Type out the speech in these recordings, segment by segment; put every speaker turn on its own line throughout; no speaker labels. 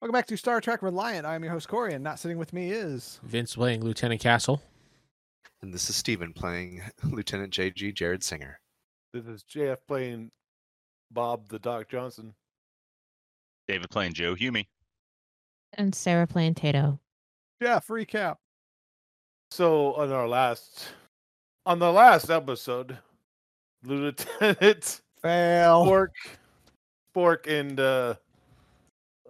Welcome back to Star Trek Reliant. I am your host Corey, and not sitting with me is
Vince playing Lieutenant Castle.
And this is Steven playing Lieutenant JG Jared Singer.
This is JF playing Bob the Doc Johnson.
David playing Joe Humey.
and Sarah playing Tato.
Jeff. Recap.
So on our last, on the last episode, Lieutenant
Fail.
Spork, Spork, and uh,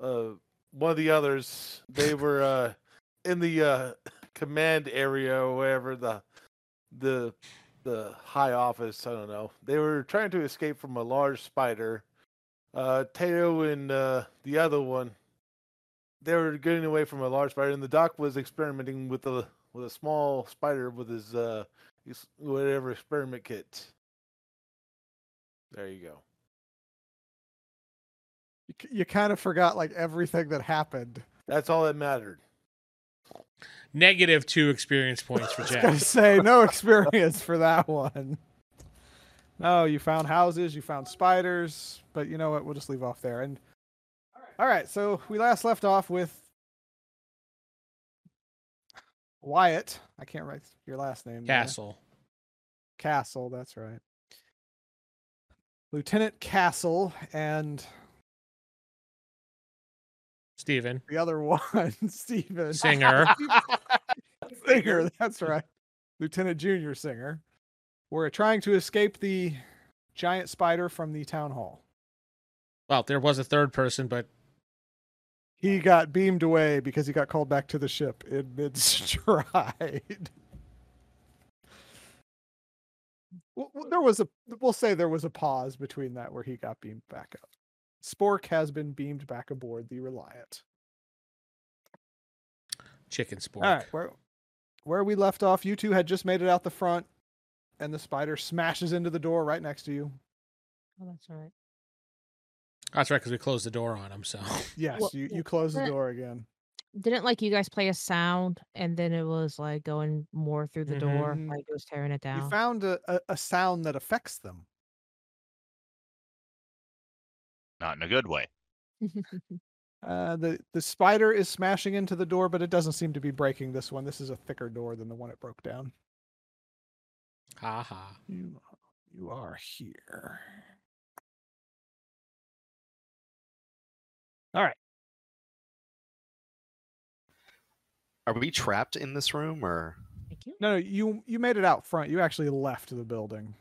uh, one of the others, they were uh, in the uh, command area or wherever the the the high office. I don't know. They were trying to escape from a large spider. Uh, Teo and uh, the other one, they were getting away from a large spider, and the doc was experimenting with a with a small spider with his uh, his whatever experiment kit. There you go.
You, k- you kind of forgot like everything that happened.
That's all that mattered.
Negative two experience points
I
for
was gonna
Jack.
say no experience for that one. No, you found houses, you found spiders, but you know what? We'll just leave off there. And all right, so we last left off with Wyatt. I can't write your last name. there.
Castle.
Castle, that's right. Lieutenant Castle and
Steven.
the other one, Steven.
Singer.
Singer, that's right. Lieutenant Junior Singer. We're trying to escape the giant spider from the town hall.
Well, there was a third person, but
He got beamed away because he got called back to the ship in mid stride. Well, well, there was a, we'll say there was a pause between that where he got beamed back up. Spork has been beamed back aboard the Reliant.
chicken spork.
All right, where where we left off, you two had just made it out the front, and the spider smashes into the door right next to you.
Oh, that's right.
That's right, because we closed the door on him. So
Yes,
Well,
you,
yeah,
you close the
that-
door again.
Didn't like you guys play a sound, and then it was like going more through the door,
Mhm.
like it was tearing it
You
down.
found a, a, a sound that affects them.
Not in a good way.
Uh, the the spider is smashing into the door, but it doesn't seem to be breaking this one. This is a thicker door than the one it broke down.
ha ha.
You you are here.
Are we trapped in this room or
Thank you.
No, no, you you made it out front. You actually left the building.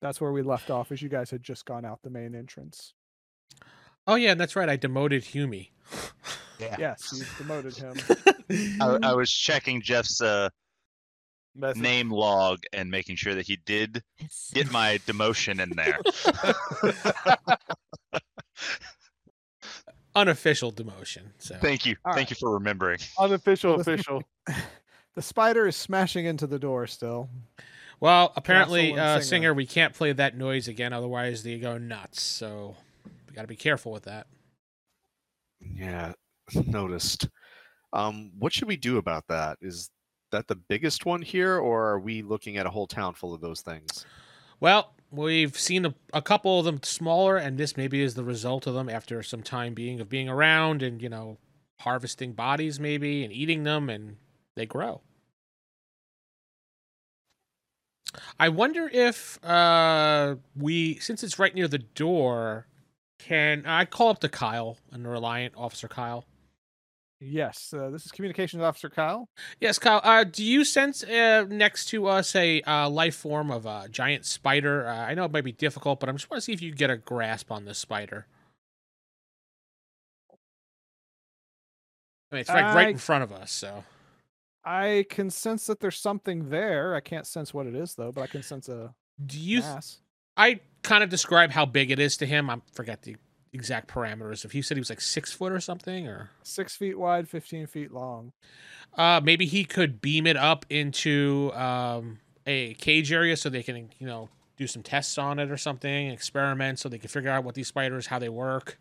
That's where we left off, as you guys had just gone out the main entrance.
Oh yeah, and that's right. I demoted Humey.
Yes, you demoted him.
I, I was checking Jeff's uh,
Message.
name log and making sure that he did
It's-
get my demotion in there.
Unofficial demotion. So
Thank you.
All
Thank you for remembering.
Unofficial,
Listen-
official.
the spider is smashing into the door still.
well, apparently,
and
uh,
Singer.
Singer, we can't play that noise again, otherwise they go nuts. So we got to be careful with that.
yeah, noticed. Um what should we do about that? Is that the biggest one here or are we looking at a whole town full of those things?
Well, we've seen a, a couple of them smaller, and this maybe is the result of them after some time being of being around and you know harvesting bodies maybe and eating them, and they grow. I wonder if uh, we, since it's right near the door, can I call up to Kyle and the Reliant Officer Kyle?
Yes, uh, this is Communications Officer Kyle.
Yes, Kyle. Uh, do you sense uh, next to us a uh, life form of a giant spider? Uh, I know it might be difficult, but I'm just want to see if you get a grasp on this spider. I mean, it's like right
I-
in front of us, so
I can sense that there's something there. I can't sense what it is though, but I can sense a
do you? th-
mass.
I kind of describe how big it is to him. I forgot the exact parameters. If he said he was like six foot or something, or
Six feet wide, fifteen feet long.
uh, maybe he could beam it up into um, a cage area so they can, you know, do some tests on it or something, experiment, so they can figure out what these spiders, how they work.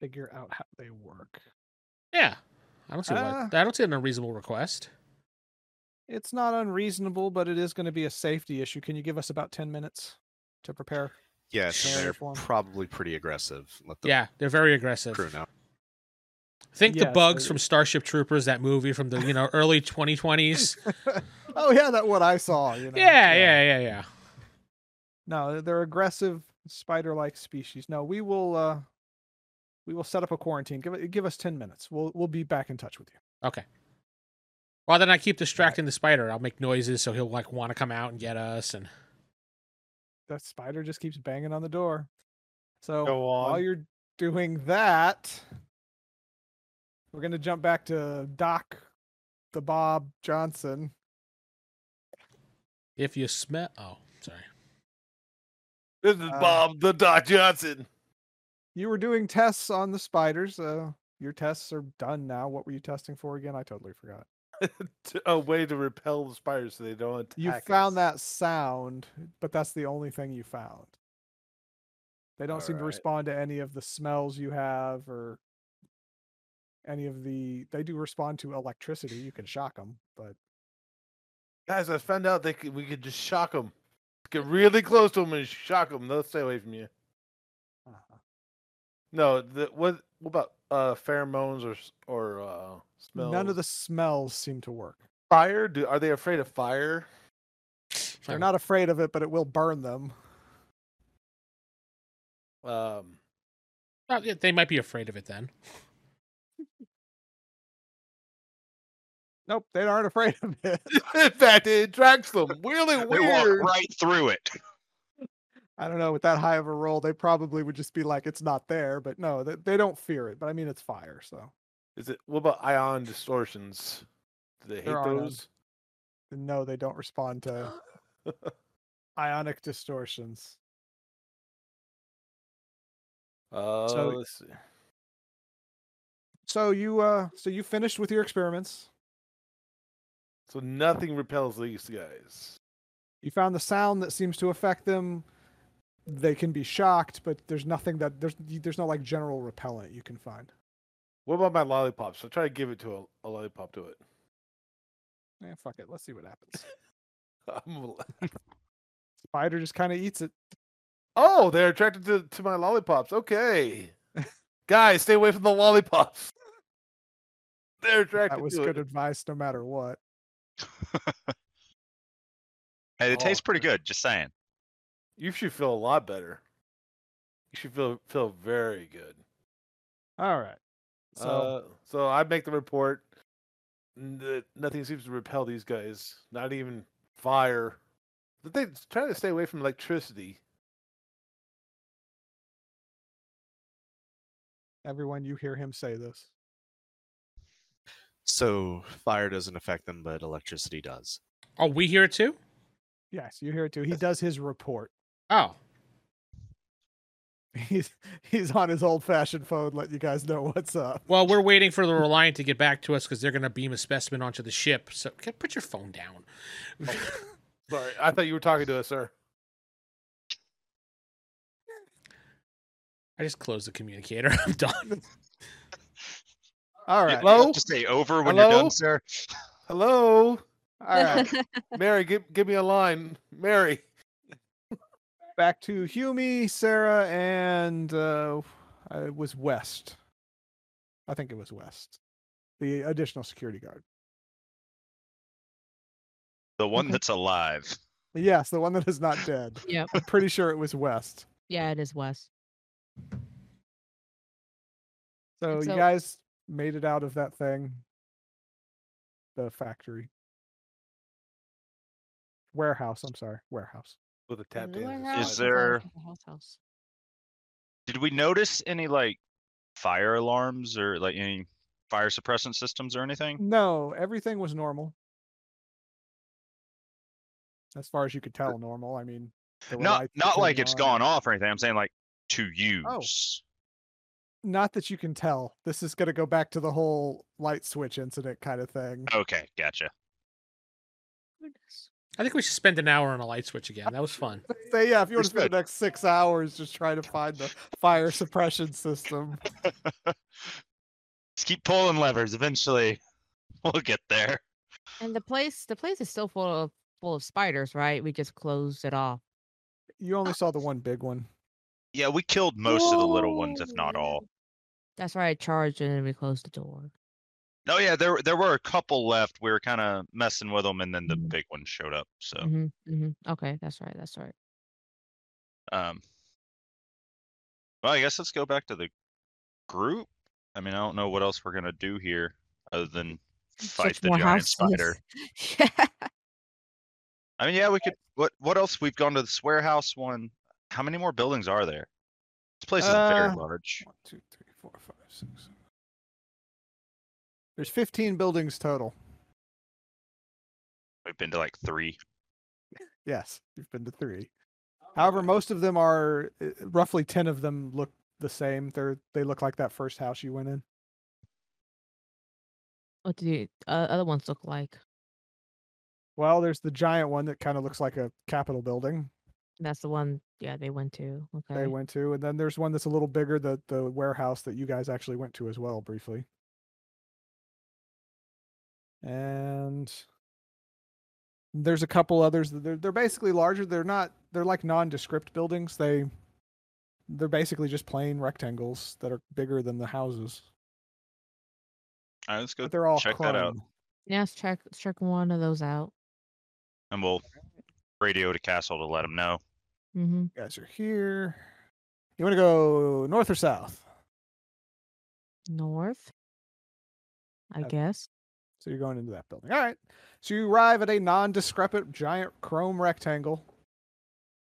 Figure out how they work.
Yeah, I don't see
Uh.
why. I don't see an unreasonable request.
It's not unreasonable, but it is going to be a safety issue. Can you give us about ten minutes to prepare?
Yeah, so
Very
they're
informed.
probably pretty aggressive. Let the
yeah, they're very aggressive.
crew know.
Think the
Yes,
bugs
they-
from Starship Troopers, that movie from the you know early 2020s.
oh yeah, that what I saw. You know.
yeah, yeah, yeah, yeah.
No, they're aggressive spider-like species. No, we will. uh We will set up a quarantine. Give it. Give us ten minutes. We'll we'll be back in touch with you.
Well, then I keep distracting the spider. I'll make noises so he'll like want to come out and get us. And
That spider just keeps banging on the door. So
Go
while
on.
you're doing that, we're gonna jump back to Doc, the Bob Johnson.
if you smell, oh, sorry.
This is
Uh,
Bob the Doc Johnson.
You were doing tests on the spiders. Uh, your tests are done now. What were you testing for again? I totally forgot.
T- A way to repel the spiders so they don't attack.
You found that sound, but that's the only thing you found. They don't seem to
Alright.
respond to any of the smells you have or any of the. They do respond to electricity. You can shock them, but
guys. I found out they could, we could just shock them. Get really close to them and shock them. They'll stay away from you. Uh-huh.
uh,
No, the, what, what about uh, pheromones or s- or uh, smells?
none of the smells seem to work.
fire. Do, are they afraid of fire?
They're not afraid of it, but it will burn them.
Um,
Oh, yeah, they might be afraid of it then.
Nope, they aren't afraid of it.
in fact, it attracts them. Really
They walk
weird.
right through it.
I don't know, with that high of a roll, they probably would just be like, it's not there. But no, they, they don't fear it. But I mean, it's fire. So
Is it? What about ion distortions? Do they hate
There are none.
those?
no, they don't respond to ionic distortions.
Uh,
So-
let's see.
So you, uh, so you finished with your experiments.
So nothing repels these guys.
You found the sound that seems to affect them. They can be shocked, but there's nothing that there's y- there's no like general repellent you can find.
What about my lollipops? I try to give it to a, a lollipop to it.
Yeah, Eh, fuck it. Let's see what happens.
I'm a li-
Spider just kind of eats it.
oh, they're attracted to, to my lollipops. Okay, guys, stay away from the lollipops. They're attracted
That was
to
good
it.
advice, no matter what.
Hey, it
Oh,
tastes pretty
okay.
good. Just saying.
You should feel a lot better. You should feel feel very good.
All right. So
uh, so I make the report. n- that Nothing seems to repel these guys. Not even fire. But they try to stay away from electricity.
everyone, you hear him say this.
So fire doesn't affect them, but electricity does.
Oh, we hear it too.
Yes, you hear it too. He does his report.
Oh,
He's he's on his old fashioned phone, letting you guys know what's up.
well, we're waiting for the Reliant to get back to us because they're gonna beam a specimen onto the ship. So okay, put your phone down.
Sorry, I thought you were talking to us, sir.
I just closed the communicator. I'm done.
All
You-
right,
you have
Hello?
To stay over when you're
Hello?
done, sir.
Hello,
all right.
Mary. Give give me a line, Mary.
Back to Hume, Sarah, and uh, uh, it was West. I think it was West, the additional security guard.
The one
Okay.
that's alive.
Yes, the one that is not dead.
Yep.
I'm pretty sure it was West.
yeah, it is Wes.
So,
So-
you guys made it out of that thing, the factory, warehouse. I'm sorry, warehouse.
With a tap dance.
Is
inside.
there- Did we notice any like fire alarms or like any fire suppressant systems or anything?
No, everything was normal. As far as you could tell, normal. I mean, there were
Uh, Not
lights that
not like
came
it's
on.
gone off or anything. I'm saying like to use.
Not that you can tell. This is going to go back to the whole light switch incident kind of thing.
Okay, gotcha.
I think we should spend an hour on a light switch again. That was fun.
So yeah, if you want to spend
Respect.
the next six hours just trying to find the fire suppression system,
Just keep pulling levers. Eventually, we'll get there.
And the place, the place is still full of full of spiders, right? We just closed it off.
you only saw the one big one.
Yeah, we killed most of the little ones, if not all.
That's why I charged and then we closed the door.
No, Oh, yeah, there there were a couple left. We were kind of messing with them, and then the
Mhm.
big one showed up. So,
hmm hmm Okay, that's right. That's right.
um, well, I guess let's go back to the group. I mean, I don't know what else we're gonna do here other than fight
Search
the
more
giant spider.
houses. yeah.
I mean, yeah, we could. What what else? We've gone to this warehouse one. How many more buildings are there? This place is very
Uh,
large.
One, two, three, four, five, six. seven. There's 15 buildings total.
We've been to like three.
Yes, you've been to three. However, most of them are uh, roughly 10 of them look the same. They're they look like that first house you went in.
What do the uh, other ones look like?
Well, there's the giant one that kind of looks like a Capitol building
That's the one. Yeah, they went to. Okay.
they went to, and then there's one that's a little bigger, the the warehouse that you guys actually went to as well briefly. And there's a couple others that they're they're basically larger. They're not they're like nondescript buildings. They they're basically just plain rectangles that are bigger than the houses.
All right, let's go
But they're all
check that out,
chrome.
Yeah, let's check let's check one of those out.
and we'll radio to Castle to let them know.
Mm-hmm.
You guys are here. You want to go north or south?
North. I
Uh,
guess.
So you're going into that building. All right. So you arrive at a non-discrepant giant chrome rectangle.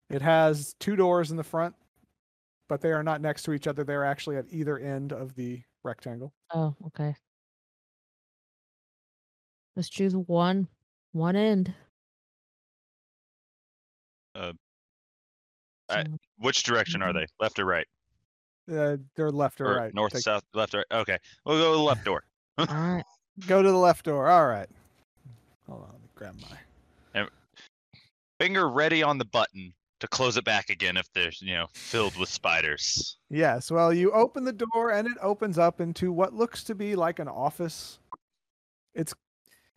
It has two doors in the front, but they are not next to each other. They're actually at either end of the rectangle.
Oh, okay. Let's choose one one end.
Uh, I-
So-
Which direction are they?
Mhm.
Left or right?
Uh, they're left or,
or
Mm-hmm. right.
north,
Take-
south, left, right. Okay, we'll go to the left door.
Alright.
Go to the left door. All right. Hold on. Let me grab my.
Finger ready on the button to close it back again if they're you know filled with spiders.
Yes. Well, you open the door and it opens up into what looks to be like an office. It's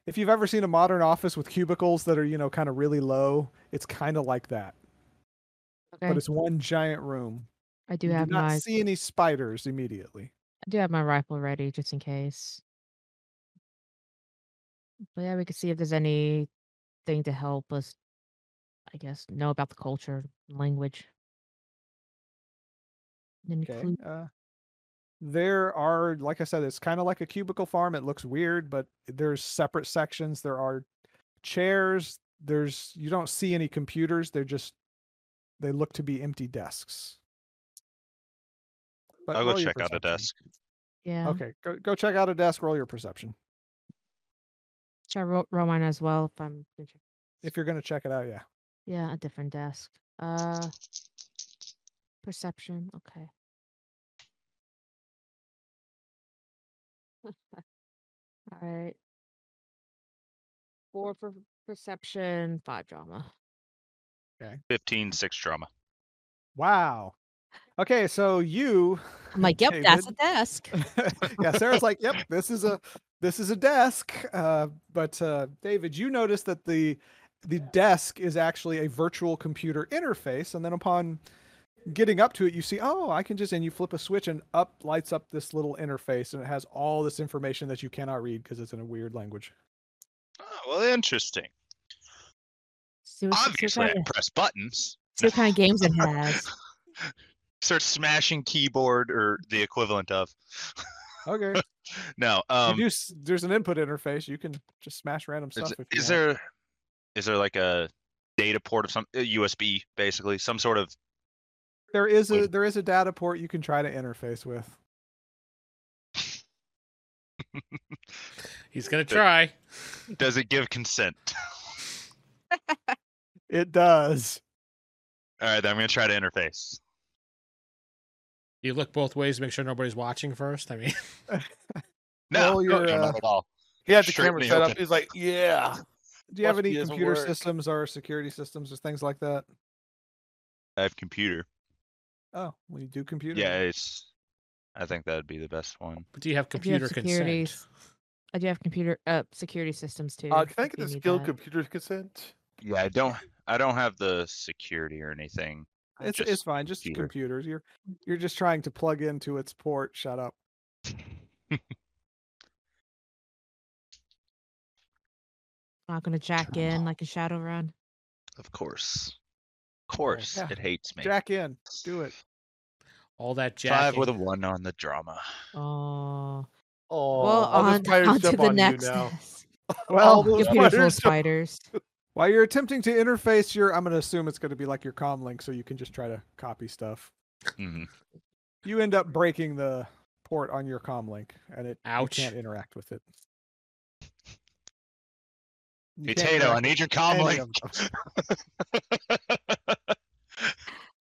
if you've ever seen a modern office with cubicles that are, you know, kind of really low, it's kind of like that.
Okay.
but it's one giant room.
I do
you
have
do not
my
see any spiders immediately.
I do have my rifle ready just in case. But yeah, we could see if there's anything to help us I guess know about the culture, language. Any
Okay.
clue-
Uh, there are, like I said, it's kind of like a cubicle farm. It looks weird, but there's separate sections. There are chairs. There's you don't see any computers. They're just they look to be empty desks. But
I'll go
roll your
check out a
perception.
desk.
Yeah.
Okay, go go check out a desk. Roll your perception
Should I roll, roll mine as well if I'm
if you're going to check it out. Yeah.
Yeah, a different desk. Uh perception. Okay. All right. Four for perception, five drama.
Fifteen, six drama.
Wow. Okay, so you
I'm like, yep, that's a desk.
yeah, Sarah's like, "Yep, this is a this is a desk." Uh, but uh, David, you notice that the the desk is actually a virtual computer interface, and then upon getting up to it, you see, "Oh, I can just..." And you flip a switch, and up lights up this little interface, and it has all this information that you cannot read because it's in a weird language.
Oh, well, interesting.
See what, see
Obviously,
what
I
kind of,
press buttons.
see what kind of games it has.
Start smashing keyboard or the equivalent of.
Okay,
No.
you
Um.
do, s- there's an input interface. You can just smash random stuff.
Is,
if you
is
want.
there is there like a data port of some a USB basically some sort of
There is a
Wait.
there is a data port you can try to interface with.
He's gonna
The-
try.
does it give consent?
It does.
All right, then I'm gonna try to interface.
You look both ways, make sure nobody's watching first. I mean,
No,
Roll
no,
your,
no,
uh,
not at all.
He had the
Straight
camera
me
set up.
open.
He's like, yeah.
Do you have
Must
any
be as it
computer
works.
systems or security systems or things like that?
I have computer.
Oh, well, you do computer.
Yeah, it's. I think that'd be the best one.
do you have
If you have
computer consent?
securities. I do have computer uh security systems too.
Uh, can I
if
get
you
the
need
skill
that.
computer consent?
Yeah, I don't. I don't have the security or anything.
It's
Just
it's fine. Just
computer.
computers. You're you're just trying to plug into its port. Shut up.
Not gonna jack in like a Shadowrun.
Of course. Of course.
Yeah.
It hates me.
Jack in. Do it.
All that
Five
jacking.
with a one on the drama.
Oh,
Oh,
well,
all this
on,
pirate
on to
stuff
the
on
next.
you now.
Well,
All those
you beautiful
spiders.
spiders.
while you're attempting to interface your, I'm going to assume it's going to be like your comm link, so you can just try to copy stuff.
Mhm.
You end up breaking the port on your comm link, and it you
Ouch.
can't interact with it. You
Hey,
can't
Tato, I
interact
need your
any
comm link.
of those.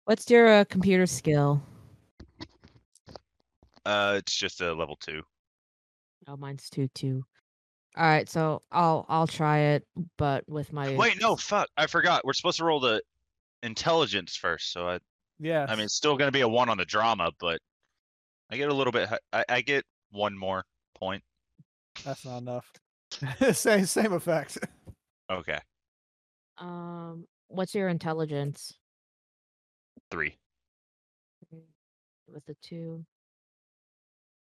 What's your uh, computer skill?
uh, it's just a level two.
Oh, mine's two two. All right, so I'll I'll try it, but with my
Wait, no, fuck. I forgot. We're supposed to roll the intelligence first. So I,
Yes.
I mean, it's still going to be a one on the drama, but I get a little bit, hi- I, I get one more point.
that's not enough. same same effect.
Okay.
um. What's your intelligence
Three.
with the two?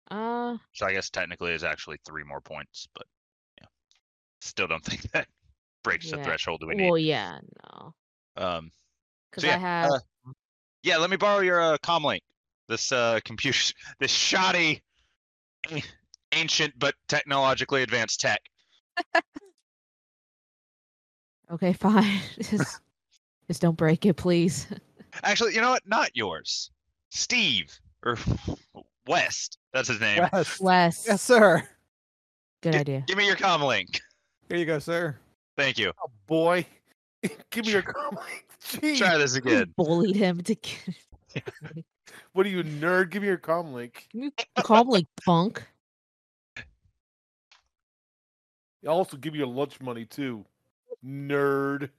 Uh,
So I guess technically it's actually three more points, but yeah. Still don't think that breaks the
Yeah.
threshold that we need.
well, yeah, no,
Um,
because
So yeah,
I have
uh, yeah, let me borrow your uh, comm link. This uh, computer, this shoddy, eh, ancient but technologically advanced tech.
okay, fine. just just don't break it, please.
Actually, you know what? Not yours. Steve or West. That's his name.
Yes.
Wes,
yes, sir.
good
Gi-
idea.
Give me your comm link.
Here you go, sir.
Thank you.
Oh, boy, give me your comic. Jeez.
Try this again.
Bullied him to get.
What are you, nerd? Give me your comm link.
Can you call him like punk?
I'll also give you your lunch money too, nerd.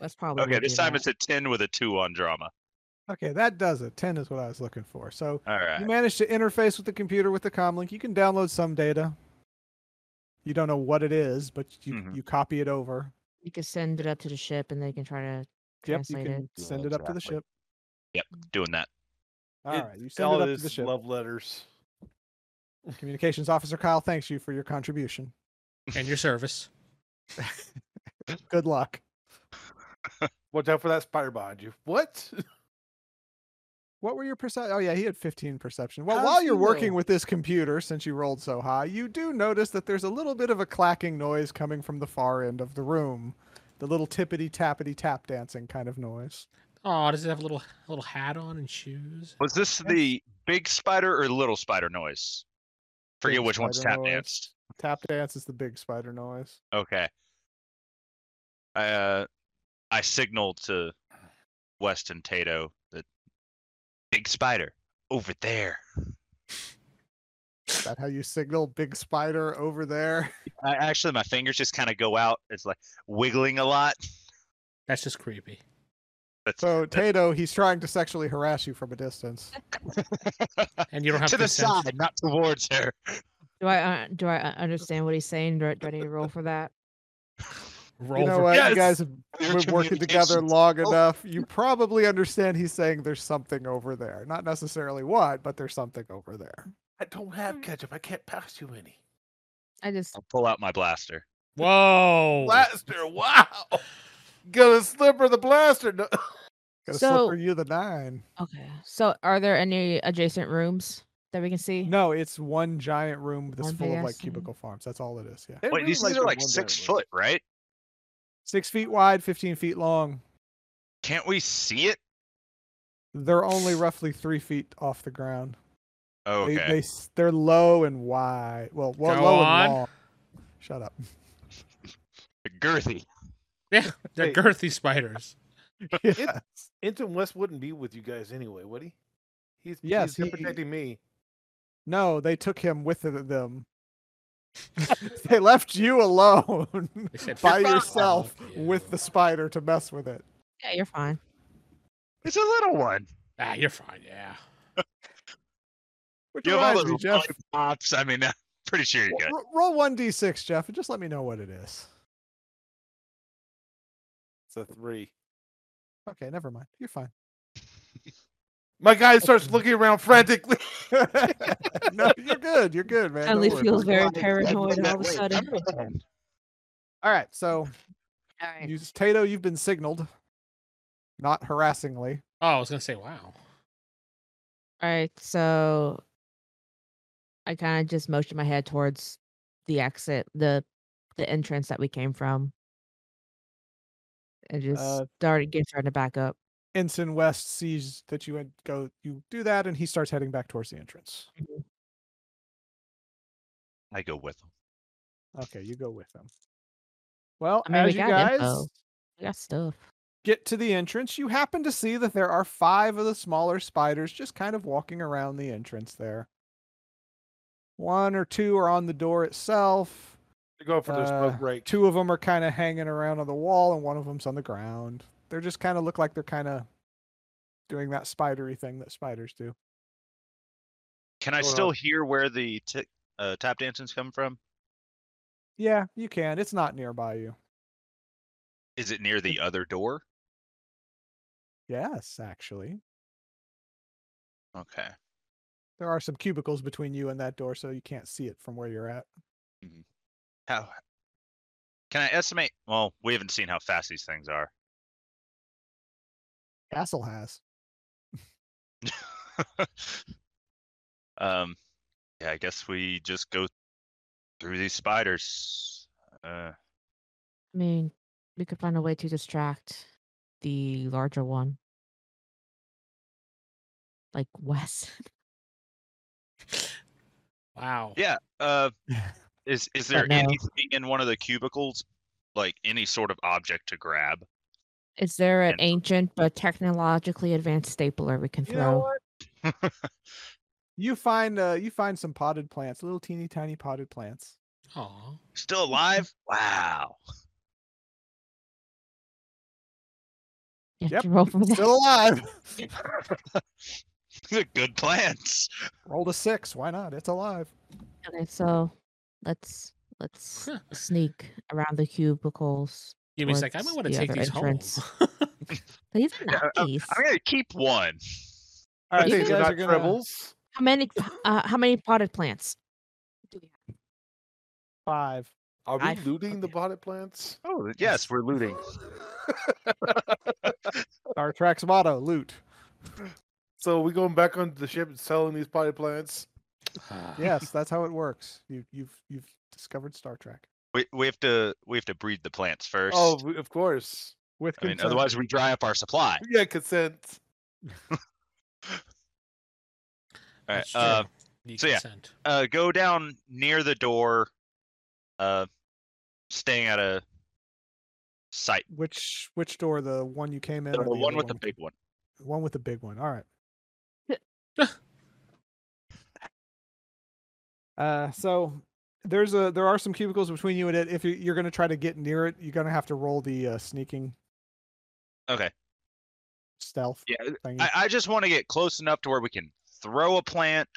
That's probably
Okay, this
do
time it's
that.
a ten with a two on drama.
Okay, that does it. Ten is what I was looking for. So
All right.
you managed to interface with the computer with the comlink. You can download some data. You don't know what it is, but you
Mhm.
you copy it over.
you can send it up to the ship, and they can try to
Yep, you
translate it.
can send it up to the
Exactly.
ship.
Doing that.
All
It-
right, you send
all
it up to
is
the ship.
love letters.
Communications officer Kyle thanks you for your contribution.
and your service.
Good luck.
Watch out for that spider behind you. What?
What were your perception? Oh yeah, he had 15 perception. Well,
How
while
does
you're
he
working
know?
with this computer, since you rolled so high, you do notice that there's a little bit of a clacking noise coming from the far end of the room, the little tippity tappity tap dancing kind of noise.
Oh, does it have a little little hat on and shoes?
Was this the big spider or little spider noise? Forget
Big
which one's
spider
tap
noise.
danced.
Tap dance is the big spider noise.
Okay. I uh, I signaled to West and Tato that big spider over there.
Is that how you signal big spider over there?
I, actually, my fingers just kind of go out. It's like wiggling a lot.
That's just creepy.
That's
So
that's
Tato, he's trying to sexually harass you from a distance.
And you don't have
to the
consent.
side, not towards her.
Do I uh, do I uh, understand what he's saying? Do I, do I need to roll for that?
Roll
You know
for-
what?
Yes!
You guys have
Your
been working together
communications-
long
Oh.
enough. You probably understand he's saying there's something over there. Not necessarily what, but there's something over there.
I don't have ketchup. I can't pass you any.
I just
Oh.
I'll pull out my blaster.
Whoa!
Blaster! Wow. Gonna slipper the blaster. No-
Gotta
So-
slipper you the nine.
okay. So, are there any adjacent rooms that we can see?
No, it's one giant room that's
One
full of
big
like
ass room.
cubicle farms. That's all it is. Yeah.
They
Wait,
really
these things are
the
like
one
six
bedroom.
foot, right?
Six feet wide, fifteen feet long.
Can't we see it?
They're only roughly three feet off the ground.
Okay.
They, they s- they're low and wide. Well, well
Go
low
on.
and long. Shut up.
Girthy.
They're
Hey.
girthy spiders.
yes.
Anton West wouldn't be with you guys anyway, would he? He's
Yes,
he's
he-
protecting me.
No, they took him with th- them. they left you alone
They said,
by
"Fuck Oh,
yourself
you."
with the spider to mess with it.
Yeah, you're fine.
It's a little one.
Ah, you're fine. Yeah.
Which
You have all
reminds
those
me, Jeff.
live pops. I mean, I'm pretty sure you got.
ro- Roll one d six, Jeff, and just let me know what it is.
It's a three.
Okay, never mind. You're fine.
My guy starts looking around frantically.
no, you're good. You're good, man.
Suddenly
Don't worry
feels
about it.
very
All right.
paranoid all of a sudden.
All right, so
All right.
you, Tato, you've been signaled, not harassingly.
Oh, I was gonna say, wow.
All right, so I kind of just motioned my head towards the exit, the the entrance that we came from, and just
Uh,
started getting starting to back up.
Ensign West sees that you had go, you do that, and he starts heading back towards the entrance.
I go with him.
Okay, you go with him. Well,
I mean, we
as you
got
guys
info. I got stuff.
get to the entrance, you happen to see that there are five of the smaller spiders just kind of walking around the entrance there. One or two are on the door itself.
They're going for their
Uh,
smoke break.
Two of them are kind of hanging around on the wall, and one of them's on the ground. They're just kind of look like they're kind of doing that spidery thing that spiders do.
Can I
Going on.
uh,
still hear where the t- uh, tap dancing's come from?
Yeah, you can. It's not nearby you.
Is it near the other door?
Yes, actually,
Okay.
there are some cubicles between you and that door, so you can't see it from where you're at.
How? Can I estimate? Well, we haven't seen how fast these things are.
Castle has.
um, yeah, I guess we just go through these spiders. Uh,
I mean, we could find a way to distract the larger one, like Wes.
Wow.
Yeah. uh, is is there
But no.
anything in one of the cubicles, like any sort of object to grab?
Is there an
And-
ancient but technologically advanced stapler we can
You know
throw?
what? You find uh, you find some potted plants, little teeny tiny potted plants.
Aw.
Still alive? Wow.
Yeah,
Yep,
can roll for that.
Still alive.
Good plans.
Rolled a six. Why not? It's alive.
Okay, so let's let's
Huh.
sneak around the cubicles.
Give me a sec. I
towards
might want to
the
take
other
these
entrance.
home.
These
Yeah,
uh,
are nice.
I'm gonna keep one.
All right,
You
so you
These
can-
are
guys
not
are gonna.
tribbles.
How many uh, how many potted plants? do we
Five.
Are we
I-
looting the
okay.
potted plants?
Oh yes, we're looting.
Star Trek's motto: loot.
So we going back onto the ship and selling these potted plants?
Ah,
Yes, that's how it works. You, you've you've discovered Star Trek
We we have to we have to breed the plants first.
Oh, we- of course.
with
I mean,
consent.
otherwise we dry up our supply.
Yeah, consent.
All right.
That's true.
Uh,
Need
so yeah.
consent.
uh, go down near the door, uh, staying out of sight.
which which door? The one you came in,
The
or the
one
other
with the big one.
the one with the big one. All right. Uh, so there's a there are some cubicles between you and it. If you- you're going to try to get near it, you're going to have to roll the uh, sneaking
Okay.
stealth
Yeah.
thingy.
I, I just want to get close enough to where we can throw a plant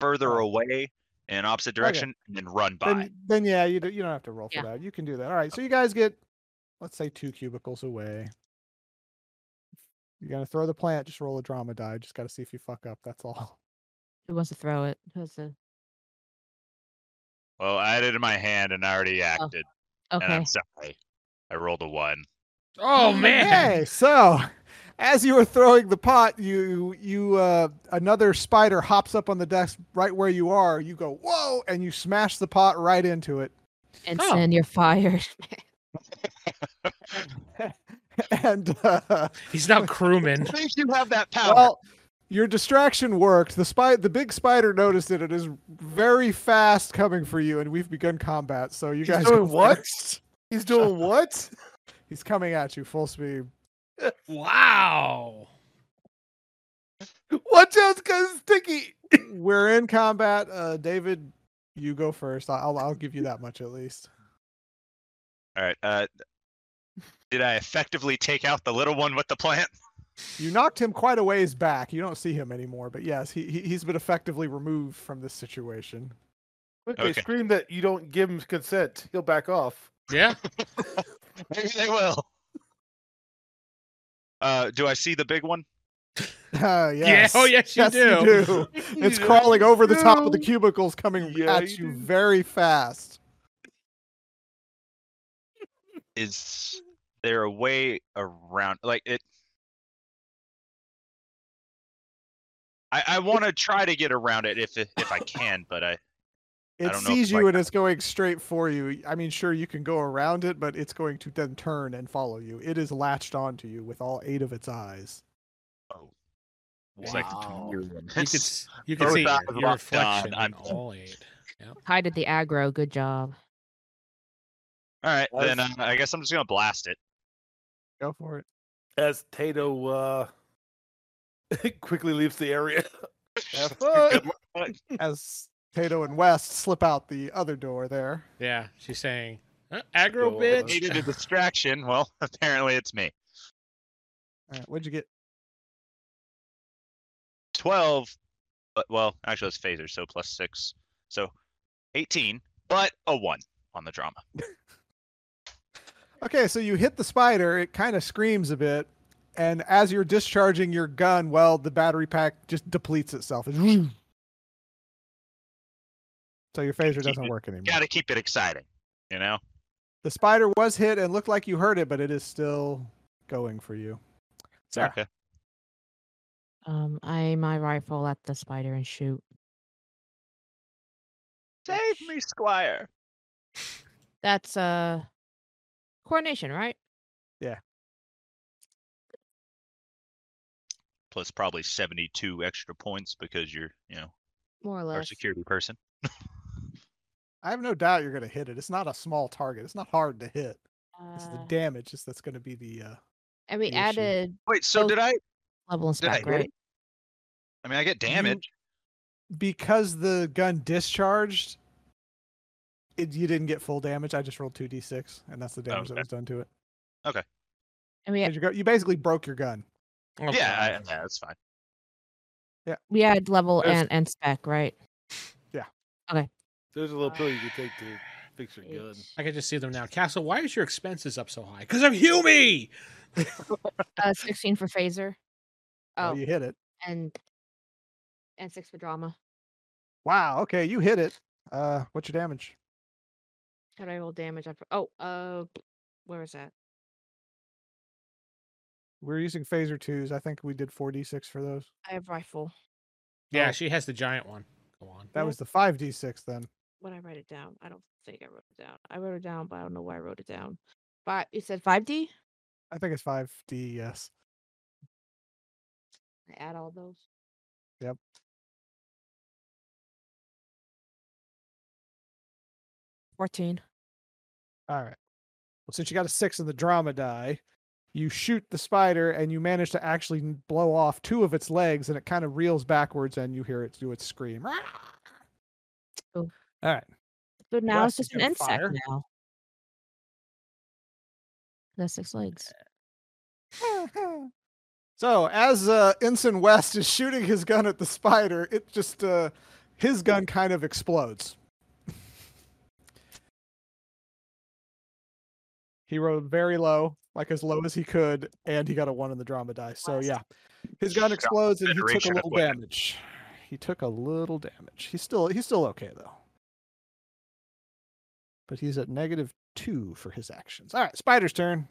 further
Right.
away in opposite direction and Oh. then run by.
then, then yeah, you do, you don't have to roll for
Yeah.
that. You can do that. All
Oh.
right. So you guys get, let's say, two cubicles away. You're gonna throw the plant. Just roll a drama die. Just gotta see if you fuck up. That's all.
Who wants to throw it? Who has the
well, I had it in my hand and I already acted, and
okay?
I'm sorry. I rolled a one.
Oh man.
Okay. So, as you were throwing the pot, you you uh, another spider hops up on the desk right where you are. You go whoa, and you smash the pot right into it.
And
Oh.
Sin, you're fired.
and uh,
He's now crewman.
Please, you have that power.
Well, your distraction worked. The spy, the big spider noticed it. It is very fast coming for you, and we've begun combat. So you
He's
guys
doing
go
what?
first.
He's doing what?
He's coming at you full speed.
wow.
Watch out, it's kind of sticky.
We're in combat. Uh, David, you go first. I- I'll I'll give you that much at least.
All right. Uh, did I effectively take out the little one with the plant?
You knocked him quite a ways back. You don't see him anymore, but yes, he he- he's been effectively removed from this situation.
Quickly
Okay.
scream that you don't give him consent. He'll back off.
Yeah.
Maybe they will. Uh, do I see the big one?
Uh, yes.
Yeah. Oh, yes, you
Yes,
do.
you do. It's
Yeah.
crawling over the top of the
No.
cubicles, coming
Yeah,
at
you
you
do.
very fast.
Is there a way around? Like it. I, I want to try to get around it if it- if I can, but I
It
don't know if,
sees you
like-
and it's going straight for you. I mean, sure, you can go around it, but it's going to then turn and follow you. It is latched onto you with all eight of its eyes.
oh, it's like
Wow.
You could, s- you could
Both
see your,
eyes
your
locked on,
reflection in
I'm-
all eight.
Hided the aggro. Good job.
all right. Then uh,
That's-
I guess I'm just gonna blast it.
Go for it.
As Tato uh, quickly leaves the area. Have
Good
fun.
luck.
As Tato and West slip out the other door there.
Yeah, she's saying, "Huh, aggro
Go
bitch.
on.
Needed a distraction. Well, apparently it's me.
All right, what'd you get?
Twelve. But well, actually, that's phaser, so plus six, so eighteen. But a one on the drama.
Okay, so you hit the spider, it kind of screams a bit, and as you're discharging your gun, well, the battery pack just depletes itself. It's so your phaser doesn't work anymore.
Got to keep it exciting, you know.
The spider was hit and looked like you heard it, but it is still going for you. Sarah.
Okay.
Um, I aim my rifle at the spider and shoot.
Save me, Squire.
That's uh, coordination, right?
plus probably 72 extra points because you're, you know,
More or
our
less.
security person.
I have no doubt you're going to hit it. It's not a small target. It's not hard to hit. It's the
Uh,
damage is that's going to be the. Uh...
and we
the issue.
added
Wait, so
Oh,
did I?
level and
Did I
spec,
hit
right?
I mean, I get damage.
Because the gun discharged, it, you didn't get full damage. I just rolled 2d6, and that's the damage that
Okay.
was done to it.
And we
'Cause you, go- you basically broke your gun.
Oh,
Yeah, I, yeah,
God.
that's fine.
we add level
There's-
and, and spec, right?
There's a little pill you can take to
Ah,
fix your gun.
H.
I can just see them now. Castle, why is your expenses up so high? Because I'm Hume.
Uh, sixteen for phaser.
Well,
Oh,
you hit it.
and and six for drama.
Wow. Okay, you hit it. Uh, what's your damage?
How do I roll damage? I pro- oh, uh, where is that?
We're using phaser twos. I think we did 4d6 for those.
I have rifle.
Yeah,
Oh.
she has the giant one. Go on.
That
Yeah.
was the 5d6 then.
When I write it down, I don't think I wrote it down. I wrote it down, but I don't know why I wrote it down. Five. You said five D.
I think it's 5d, yes.
I add all those.
Yep.
Fourteen.
All right. Well, since you got a six in the drama die, you shoot the spider and you manage to actually n- blow off two of its legs, and it kind of reels backwards, and you hear it do its scream.
Cool.
All right.
So now
Blast
it's just
is
an
gonna
insect
fire.
now. That's six legs.
So as uh, Ensign West is shooting his gun at the spider, it just uh, his gun kind of explodes. he rolled very low, like as low as he could, and he got a one on the drama die. So
Blast.
yeah, his gun
Shock
explodes and he took a
Federation of
little
weapon.
damage. He took a little damage. He's still he's still okay though. But he's at negative two for his actions. All right, Spider's turn.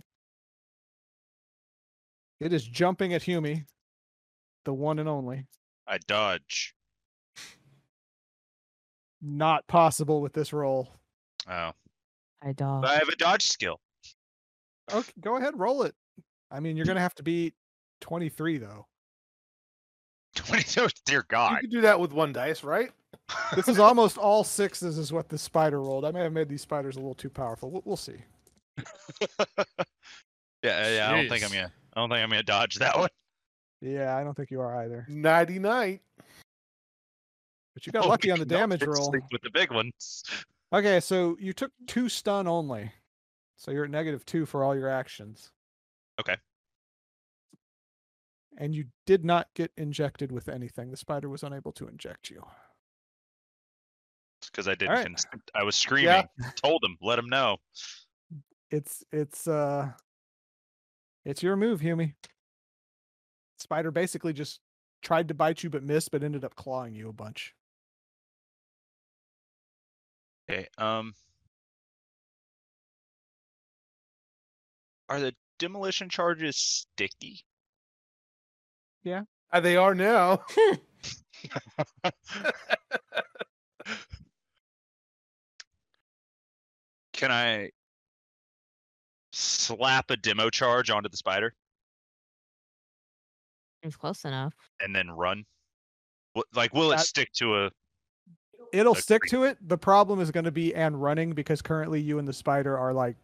It is jumping at Hume, the one and only.
I dodge.
Not possible with this roll.
Oh.
I
Oh.
dog.
But I have a dodge skill.
Okay, go ahead, roll it. I mean, you're gonna have to beat 23 though.
22. Dear
You
God.
can do that with one dice, right?
This is almost all sixes, is what this spider rolled. I may have made these spiders a little too powerful. We'll, we'll see.
yeah, yeah, I don't think I'm
Jeez.
gonna. I don't think I'm gonna dodge that one.
Yeah, I don't think you are either.
Ninety nine.
But you got
Oh,
lucky on the
no,
damage
didn't
roll.
sleep with the big ones.
Okay, so you took two stun only. So you're at negative two for all your actions.
Okay.
And you did not get injected with anything. The spider was unable to inject you.
Because I didn't.
Alright.
Consent. I was screaming. Told him. Let him know.
It's it's uh it's your move, Hume. Spider basically just tried to bite you but missed, but ended up clawing you a bunch.
Okay. Um. Are the demolition charges sticky?
Uh, they are now.
Can I slap a demo charge onto the spider
It's close enough.
and then run? What, like, will it
That-
stick to a?
It'll
That's
stick to it. The problem is going to be and running because currently you and the spider are like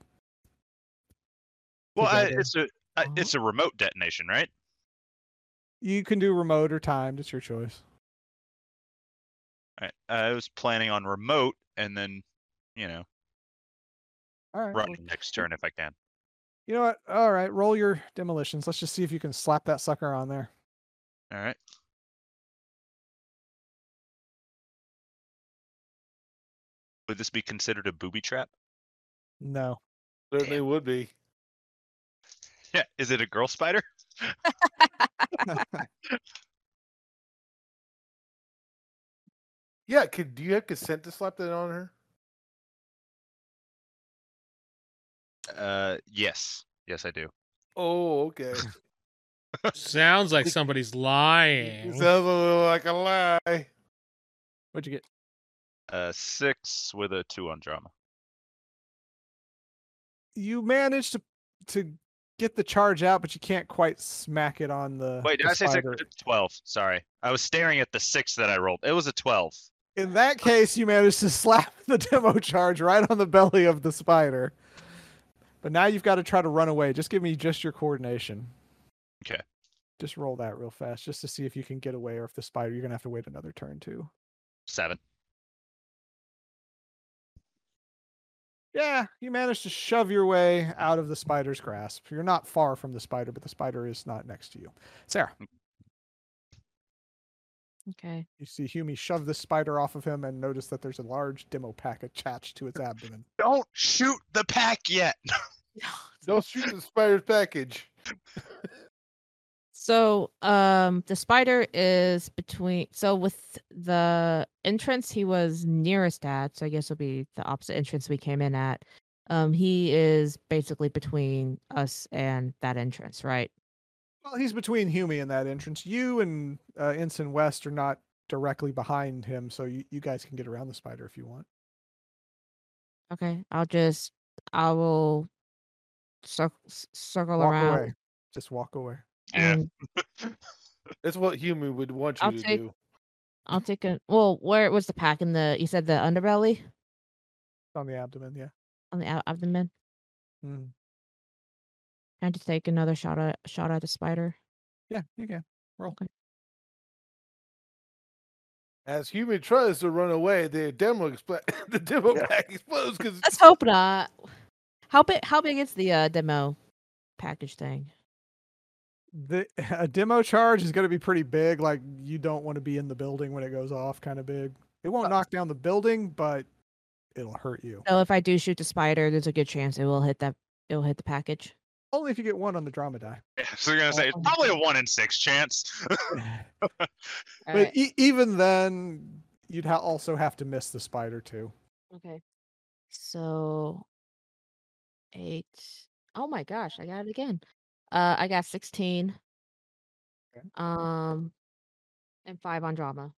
Well, I,
Together.
it's a I,
Uh-huh.
it's a remote detonation, right?
you can do remote or timed. It's your choice.
All right. I was planning on remote and then, you know,
All right.
run
well,
next turn if I can.
You know what? All right. Roll your demolitions. Let's just see if you can slap that sucker on there.
All right. Would this be considered a booby trap?
No.
Certainly would be.
Yeah. Is it a girl spider?
Yeah, could do you have consent to slap that on her?
Uh, yes. Yes, I do.
Oh, okay.
Sounds like somebody's lying.
Sounds a little like a lie.
What'd you get?
Uh, six with a two on drama.
You managed to to get the charge out, but you can't quite smack it on the.
Wait, did
the
I say six?
spider.
Twelve. Sorry, I was staring at the six that I rolled. It was a twelve.
In that case, you managed to slap the demo charge right on the belly of the spider. But now you've got to try to run away. Just give me just your coordination.
Okay.
Just roll that real fast just to see if you can get away or if the spider, you're going to have to wait another turn too.
Seven.
Yeah, you managed to shove your way out of the spider's grasp. You're not far from the spider, but the spider is not next to you. Sarah,
Okay.
you see Hume shove the spider off of him and notice that there's a large demo pack attached to its abdomen.
Don't shoot the pack yet.
Don't shoot the spider's package.
So um the spider is between so with the entrance he was nearest at, so I guess it'll be the opposite entrance we came in at. Um he is basically between us and that entrance, right?
Well, he's between Hume and that entrance. You and uh, Ensign West are not directly behind him, so you, you guys can get around the spider if you want.
Okay. I'll just I will cir- c- circle
walk
around
away. Just walk away. Mm.
Yeah.
and
That's what human would want you
I'll
to
take-
do.
I'll take a well, where was the pack in the you said the underbelly
On the abdomen, yeah.
on the ab- abdomen?
Mm.
Can I just take another shot at shot at the spider?
Yeah, you can.
As human tries to run away, the demo expl- the demo pack explodes because
Let's hope not. How big? How big is the uh, demo package thing?
The a demo charge is going to be pretty big. Like you don't want to be in the building when it goes off, kind of big. It won't knock down the building, but it'll hurt you.
So if I do shoot the spider, there's a good chance it will hit that. It will hit the package.
Only if you get one on the drama die.
so you're gonna say it's probably a one in six chance.
but e- even then, you'd ha- also have to miss the spider too.
Okay. So eight. Oh my gosh, I got it again. Uh, I got sixteen.
Okay.
Um, and five on drama.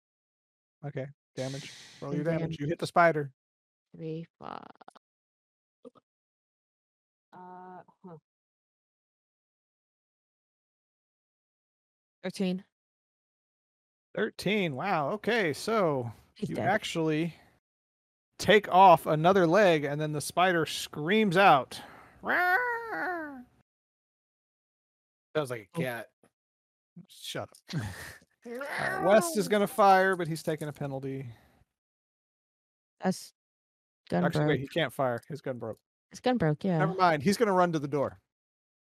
Okay, damage. Roll
And
your damage.
damage.
You hit the spider.
Three, five. Uh, huh. Thirteen.
13. Wow. Okay. So
He's
you
dead.
actually take off another leg, and then the spider screams out. "Rar!"
sounds
Oh.
like a cat.
Shut up. Uh, West is going to fire, but he's taking a penalty.
That's gun
Actually,
broke.
wait, he can't fire. His gun broke.
It's gun broke. Yeah.
Never mind. He's going to run to the door,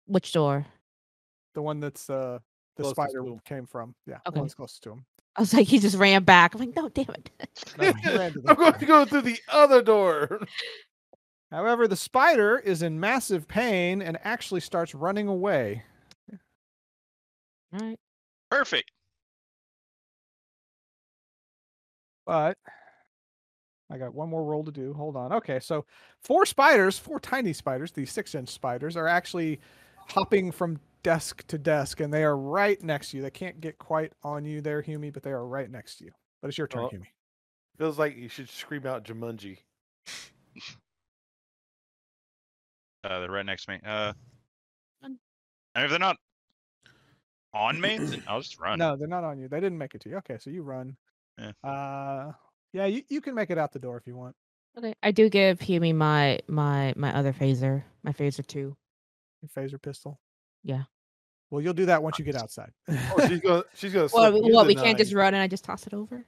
Which door?
the one that's uh, the
Closest
spider
to him.
came from. Yeah, the
Okay.
one's closest to him.
I was like, he just ran back. I'm like, no, damn it.
No, he ran to the
I'm going
door.
to go through the other door.
However, the spider is in massive pain and actually starts running away.
All right.
Perfect.
but I got one more roll to do. Hold on. Okay, so four spiders, four tiny spiders, these six inch spiders, are actually hopping from desk to desk, and they are right next to you. They can't get quite on you there, Humi, but they are right next to you. But it's your turn,
Oh.
Humi.
Feels like you should scream out Jumanji.
Uh, they're right next to me. Uh, and
Run.
if they're not on me, then I'll just run.
No, they're not on you. They didn't make it to you. Okay, so you run.
Yeah.
Uh, yeah, you, you can make it out the door if you want.
Okay. I do give Hume my my my other phaser, my phaser two.
Your phaser pistol.
Yeah.
Well, you'll do that once you get outside.
Oh, she's gonna she's gonna.
Well,
slip
we,
you
what,
the
we can't
nine.
just run and I just toss it over?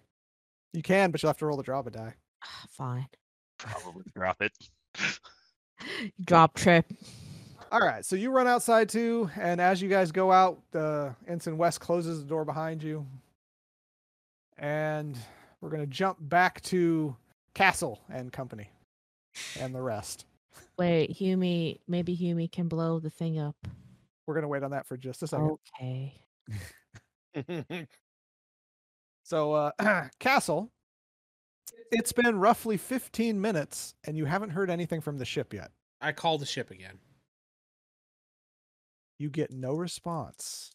you can, but you'll have to roll the draw a die.
Ah, Fine.
Probably drop it.
Drop trip.
All right, so you run outside too, and as you guys go out, uh, Ensign West closes the door behind you, and we're gonna jump back to Castle and company, and the rest.
Wait, Hume, maybe Hume can blow the thing up.
We're gonna wait on that for just a second.
Oh. Okay.
So, uh, Castle, it's been roughly 15 minutes, and you haven't heard anything from the ship yet.
I call the ship again.
You get no response.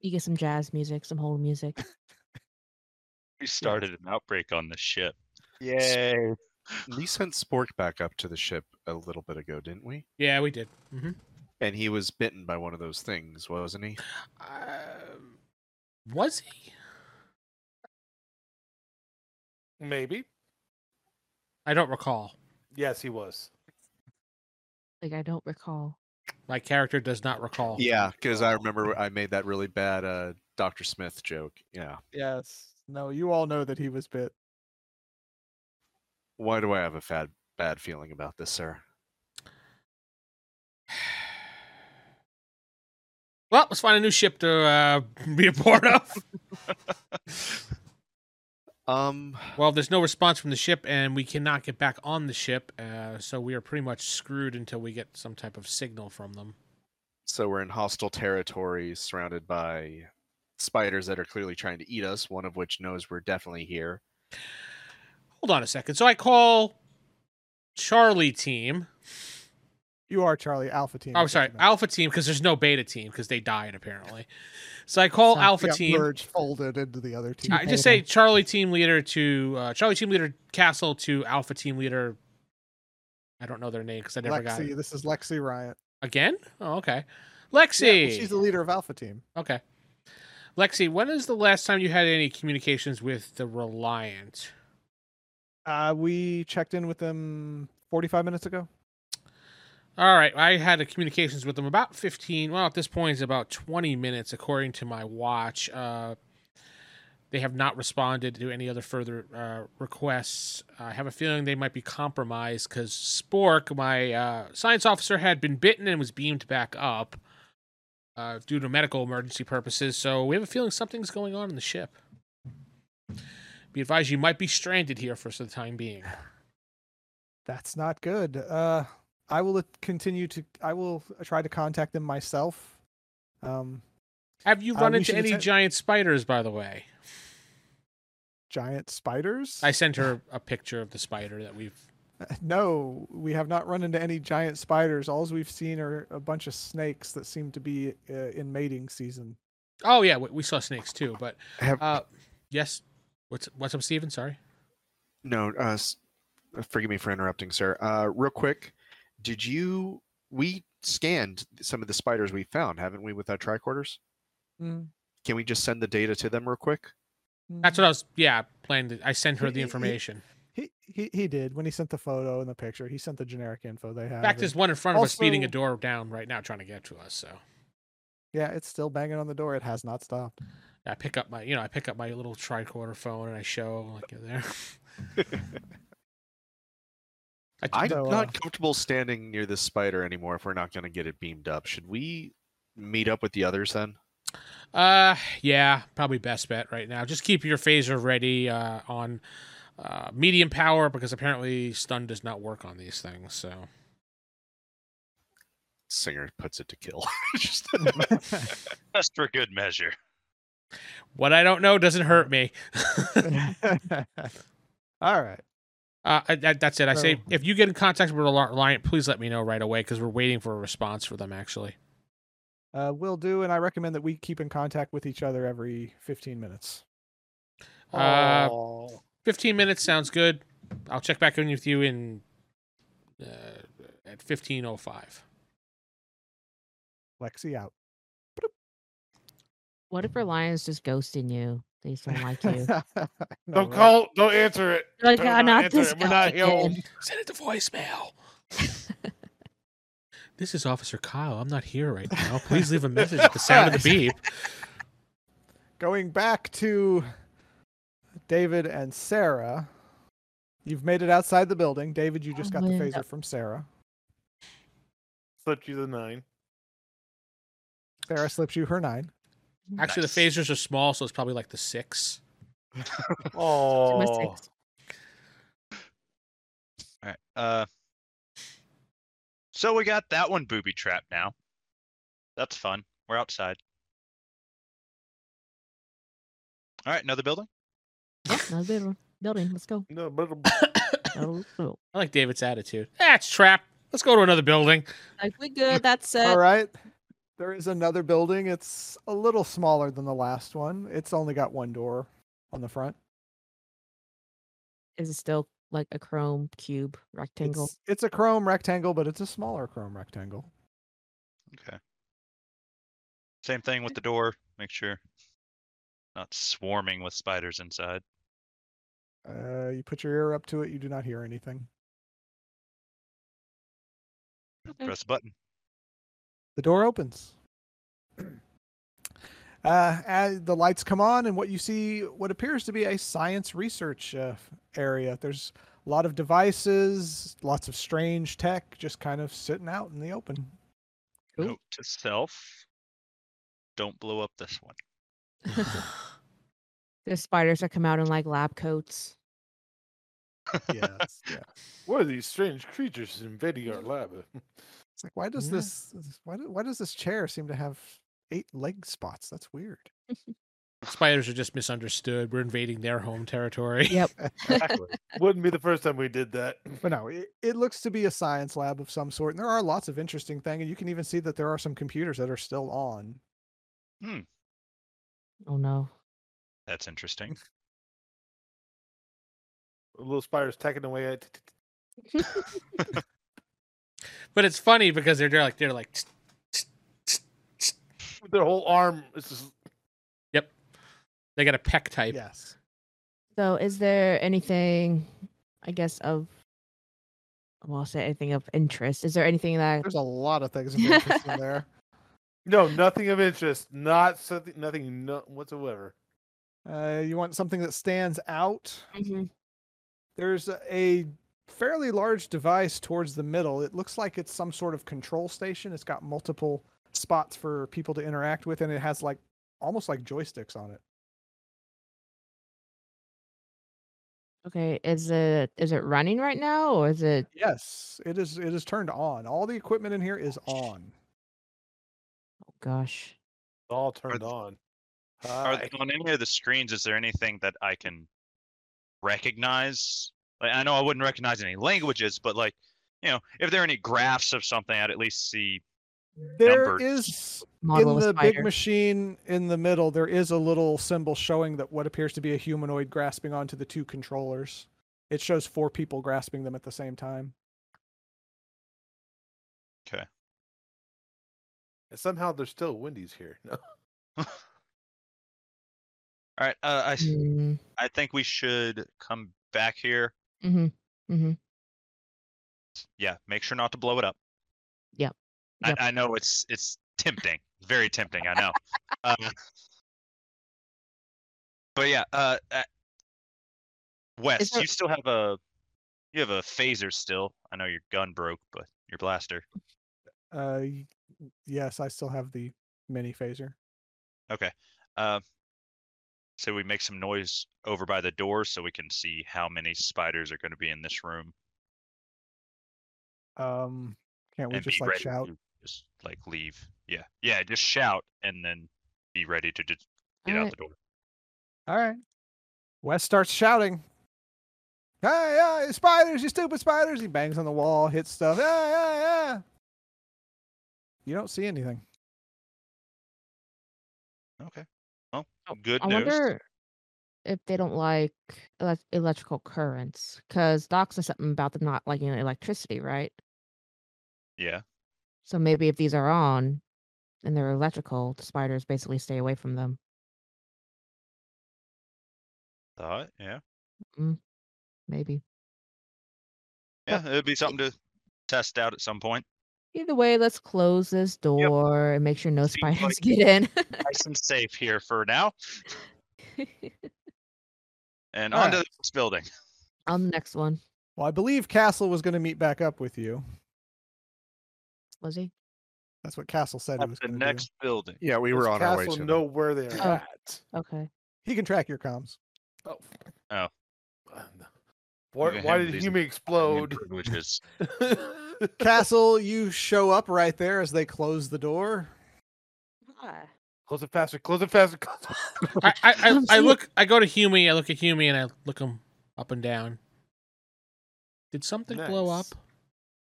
You get some jazz music, some whole music.
We started an outbreak on the ship.
Yay. We sent Spork back up to the ship a little bit ago, didn't we?
Yeah, we did. hmm
And he was bitten by one of those things, wasn't he?
Um, was he?
Maybe.
I don't recall.
Yes, he was.
Like I don't recall.
My character does not recall.
Yeah, because I remember I made that really bad uh, Dr. Smith joke. Yeah.
Yes. No, you all know that he was bit.
Why do I have a fad, bad feeling about this, sir?
Well, let's find a new ship to uh, be a part of.
Um,
well, there's no response from the ship, and we cannot get back on the ship, uh, so we are pretty much screwed until we get some type of signal from them.
so we're in hostile territory surrounded by spiders that are clearly trying to eat us, one of which knows we're definitely here.
Hold on a second. So I call Charlie team.
You are Charlie Alpha Team.
Oh,
is what
sorry,
you meant.
Alpha team, because there's no Beta team because they died apparently. So I call
So-
Alpha
Yeah,
team.
merged, folded into the other team.
I just say Charlie team leader to uh, Charlie team leader Castle to Alpha team leader. I don't know their name because I never got
Lexi,
it.
this is Lexi Riot.
again. Oh, okay.
Yeah,
Lexi.
well, she's the leader of Alpha Team.
okay. Lexi, when is the last time you had any communications with the Reliant?
Uh, we checked in with them 45 minutes ago.
All right, I had a communications with them about 15, well at this point it's about 20 minutes according to my watch. Uh they have not responded to any other further uh, requests. I have a feeling they might be compromised because Spork, my uh, science officer, had been bitten and was beamed back up uh, due to medical emergency purposes. So we have a feeling something's going on in the ship. Be advised, you might be stranded here for the time being.
That's not good. Uh, I will continue to. I will uh, try to contact them myself. Um,
Have you
Uh,
run
we
into
should
any
attend-
giant spiders, by the way?
giant spiders.
I sent her a picture of the spider that we've.
no, we have not run into any giant spiders. All we've seen are a bunch of snakes that seem to be uh, in mating season.
Oh yeah, we, we saw snakes too. But
Have,
uh, yes, what's what's up, Steven? Sorry.
no, uh, s- uh, forgive me for interrupting, sir. Uh, real quick, did you? We scanned some of the spiders we found, haven't we, with our tricorders?
Mm,
Can we just send the data to them real quick?
That's what I was. Yeah, planning. To, I sent her the
He- he-
information.
mm. he, he he did when he sent the photo and the picture. He sent the generic info they have.
In fact,
and-
there's one in front of us beating a
Also-
door down right now, trying to get to us. So
yeah, it's still banging on the door. It has not stopped.
I pick up my, you know, I pick up my little tricorder phone and I show like you're there. I,
I'm
So, uh,
not comfortable standing near this spider anymore if we're not going to get it beamed up. Should we meet up with the others then?
Uh, yeah, probably best bet right now. Just keep your phaser ready uh, on uh, medium power because apparently stun does not work on these things. So
Singer puts it to kill. Just-
Just for good measure.
What I don't know doesn't hurt me.
All right.
Uh, I, I- that's it. I say
So-
if you get in contact with Reli- Reliant, please let me know right away because we're waiting for a response for them. Actually,
Uh, will do, and I recommend that we keep in contact with each other every 15 minutes.
Uh,
Oh.
fifteen minutes sounds good. I'll check back in with you in uh, at fifteen oh five.
Lexi out.
What if Reliance just ghosting you? They just don't like you.
No,
don't
right?
call. Don't answer it.
Like,
Better
"Ah,
not
not
answer
this
it. We're
guy
not here.
again."
Send it to voicemail. this is Officer Kyle. I'm not here right now. Please leave a message at the sound of the beep.
Going back to David and Sarah. You've made it outside the building. David, you just got the
Window.
phaser from Sarah.
Slipped you the nine.
Sarah slips you her nine.
Actually, the
Nice.
phasers are small, so it's probably like the six.
Two
Oh,
mistakes.
All right. Uh, so we got that one booby trapped now. That's fun. We're outside. All right, another building.
Yep, another building. Building. Let's go.
no, but uh,
Another building.
I like David's attitude. That's trap. Let's go to another building.
Like we good. That's it.
All right. There is another building. It's a little smaller than the last one. It's only got one door on the front.
Is it still like a chrome cube rectangle?
It's, it's a chrome rectangle, but it's a smaller chrome rectangle.
Okay. Same thing with the door. Make sure not swarming with spiders inside.
Uh, you put your ear up to it. You do not hear anything.
Okay.
Press the button.
The door opens. Uh, as the lights come on, and what you see, what appears to be a science research uh, f- area. There's a lot of devices, lots of strange tech, just kind of sitting out in the open.
Cool.
Note to self: Don't blow up this one.
There's spiders that come out in like lab coats.
Yes. yeah.
what are these strange creatures invading our lab?
It's like, why does
Yeah.
this? this- Why do, why does this chair seem to have eight leg spots? That's weird.
Spiders are just misunderstood. We're invading their home territory.
Yep.
Wouldn't be the first time we did that.
But no, it, it looks to be a science lab of some sort, and there are lots of interesting things. And you can even see that there are some computers that are still on.
Oh no.
That's interesting.
Little spiders tacking away at.
But it's funny because they're, they're like they're like "Tsk,
Their whole arm is just
they got a peck type.
Yes.
So is there anything I guess of well I'll say anything of interest. Is there anything that
There's a lot of things of interest in there.
no, nothing of interest. Not something. Nothing. No, whatsoever.
Uh, you want something that stands out.
Mhm.
There's a- a fairly large device towards the middle. It looks like it's some sort of control station. It's got multiple spots for people to interact with, and it has like almost like joysticks on it.
Okay, is it is it running right now or is it
Yes, it is. It is turned on. All the equipment in here is on.
oh gosh.
All turned
th-
on. Hi.
Are th- on any of the screens? Is there anything that I can recognize? Like, I know I wouldn't recognize any languages, but like, you know, if there are any graphs of something, I'd at least see.
There
Numbers.
is
Model
in
of
the
spider.
big machine in the middle. There is a little symbol showing that what appears to be a humanoid grasping onto the two controllers. It shows four people grasping them at the same time.
And somehow there's still Wendy's here. No.
All right, uh, I s-
mm,
I think we should come back here.
hmm hmm
Yeah, make sure not to blow it up.
Yep, yep.
I, I know it's it's tempting, very tempting. I know. uh, but yeah, uh, uh, Wes,
there-
you still have a you have a phaser still. I know your gun broke, but your blaster.
Uh, y- yes, I still have the mini phaser.
Okay. Uh, so we make some noise over by the door so we can see how many spiders are going to be in this room
Um, can't we
and
just
be
like
ready
shout?
to just like leave. Yeah. Yeah, just shout and then be ready to just Get
All
out
right.
the door.
All right. Wes starts shouting. Hey, hey, spiders, you stupid spiders. He bangs on the wall, hits stuff. Hey, hey, hey. You don't see anything.
Okay. Well, good
Oh, I
news.
wonder if they don't like elec electrical currents because Doc said something about them not liking electricity, right?
Yeah.
So maybe if these are on and they're electrical, the spiders basically stay away from them.
Thought. Yeah.
Maybe.
Yeah. It'd be something to test out at some point.
Either way, let's close this door and make sure no
Seems like-
spiders get in.
Nice and safe here for now. And
All
on to
right.
the next building.
On the next one,
Well, I believe Castle was going to meet back up with you.
was he?
That's what Castle said. He
That's
was
the
gonna
next building.
Yeah, we were
Does
on our way
Castle
to. them.
know where they
Oh.
are at.
Okay.
Do. He can track your comms.
Oh.
Oh.
Uh, no. Why,
can
why
handle
did
these
Hume explode?
Which is
Castle, you show up right there as they close the door.
Ah,
close it faster! Close it faster! Close it.
I, I, I,
I'm
I
so-
look. I go to Hume. I look at Hume and I look him up and down. Did something blow up?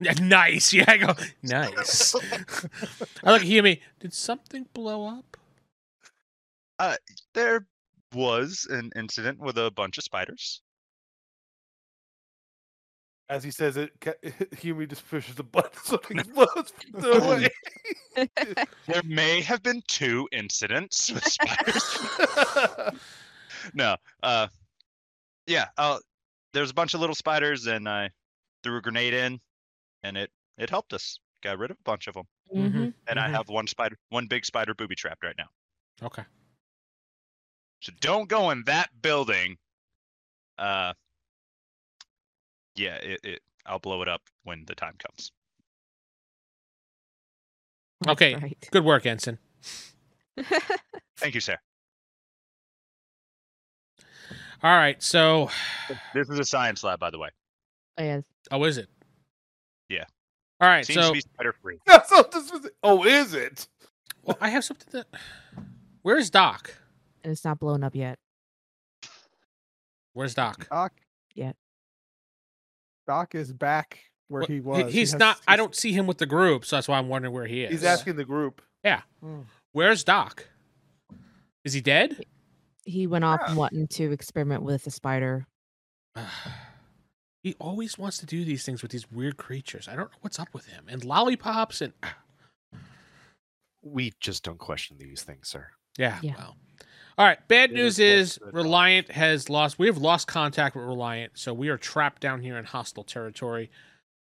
Yeah,
Nice.
nice. Yeah, I go nice. I look at Hume. Did something blow up?
there was an incident with a bunch of spiders.
As he says it, Ca- Hume just pushes the button so it explodes. from the way.
There may have been two incidents with spiders. no. Uh, yeah. Uh, there's a bunch of little spiders, and I threw a grenade in, and it it helped us. Got rid of a bunch of them.
mhm.
Mhm.
And I have one spider, one big spider booby trapped right now.
Okay.
So don't go in that building. Uh, yeah. It, it I'll blow it up when the time comes.
Right,
Okay.
Right.
Good work, Ensign.
Thank you, sir.
All right. So,
This is a science lab, by the way.
Oh, yeah.
oh, is it?
Yeah.
All right.
Seems
so,
to be spider free.
No, so this was- oh, is it?
well, I have something that. Where's Doc?
And it's not blown up yet.
Where's Doc?
Doc.
Yeah.
Doc is back where
Well,
he
he-
was. He
he's
has-
not. I
he's-
don't see him with the group, so that's why I'm wondering where he is.
He's asking the group.
Mm.
Where's Doc? Is he dead?
He went off
Yeah.
wanting to experiment with the spider.
he always wants to do these things with these weird creatures. I don't know what's up with him. And lollipops and ah,
We just don't question these things, sir.
yeah.
Yeah.
Well. All right. Bad
It
news is
is close to the dog.
Reliant has lost. We have lost contact with Reliant, so we are trapped down here in hostile territory.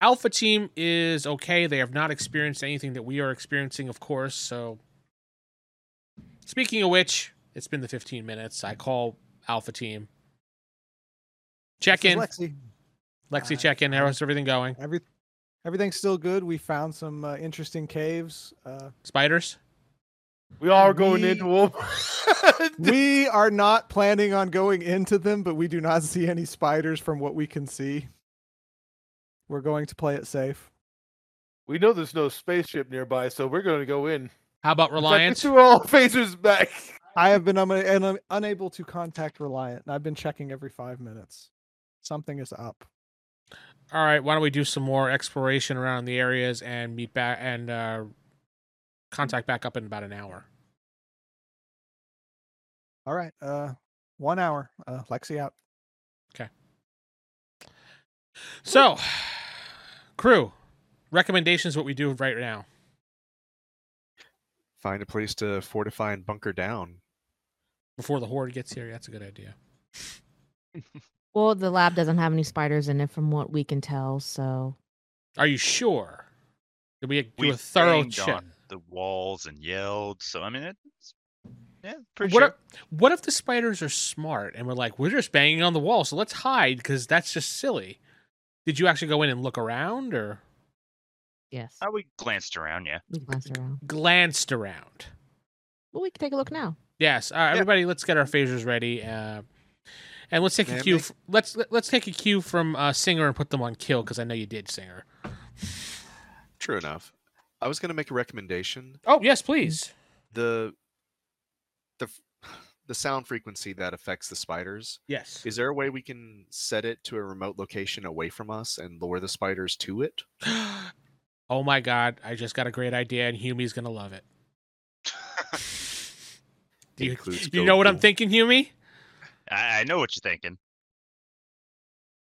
Alpha team is okay. They have not experienced anything that we are experiencing, of course. So, speaking of which, it's been the 15 minutes. I call Alpha team. Check
This is
in,
Lexi.
Lexi.
Uh,
check in. How's everything going?
Every, everything's still good. We found some uh, interesting caves. Uh,
Spiders.
We are going
We-
into them.
we are not planning on going into them, but we do not see any spiders from what we can see. We're going to play it safe.
we know there's no spaceship nearby, so we're going to go in.
How about
Reliance.
Reliant?
Threw all phasers back.
I have been un- un- unable to contact Reliant, and I've been checking every five minutes. Something is up.
All right, why don't we do some more exploration around the areas and meet back and uh, contact back up in about an hour.
All right. Uh, one hour. Uh, Lexi out.
So, crew recommendations: what we do right now.
Find a place to fortify and bunker down.
Before the horde gets here, that's a good idea.
Well, the lab doesn't have any spiders in it, from what we can tell. So
Are you sure? Did we do
We
a thorough
banged
check?
on the walls and yelled. So I mean, it's yeah,
What
pretty sure.
if, what if the spiders are smart and we're like, we're just banging on the wall, so let's hide because that's just silly. Did you actually go in and look around or
yes,
Uh, we glanced around, yeah.
we glanced around.
glanced around?
Well, we can take a look now.
Yes. Uh, Everybody, let's get our phasers ready, uh, and let's take a
Ma'am,
cue.
may-
F- let's let, let's take a cue from uh, Singer and put them on kill because I know you did, Singer.
True enough. I was going to make a recommendation.
Oh yes, please.
The the f- the sound frequency that affects the spiders.
Yes.
Is there a way we can set it to a remote location away from us and lure the spiders to it?
oh my god, I just got a great idea and Humi's gonna love it. Do you,
Includes
you know what I'm
Goku.
thinking, Humi?
I, I know what you're thinking.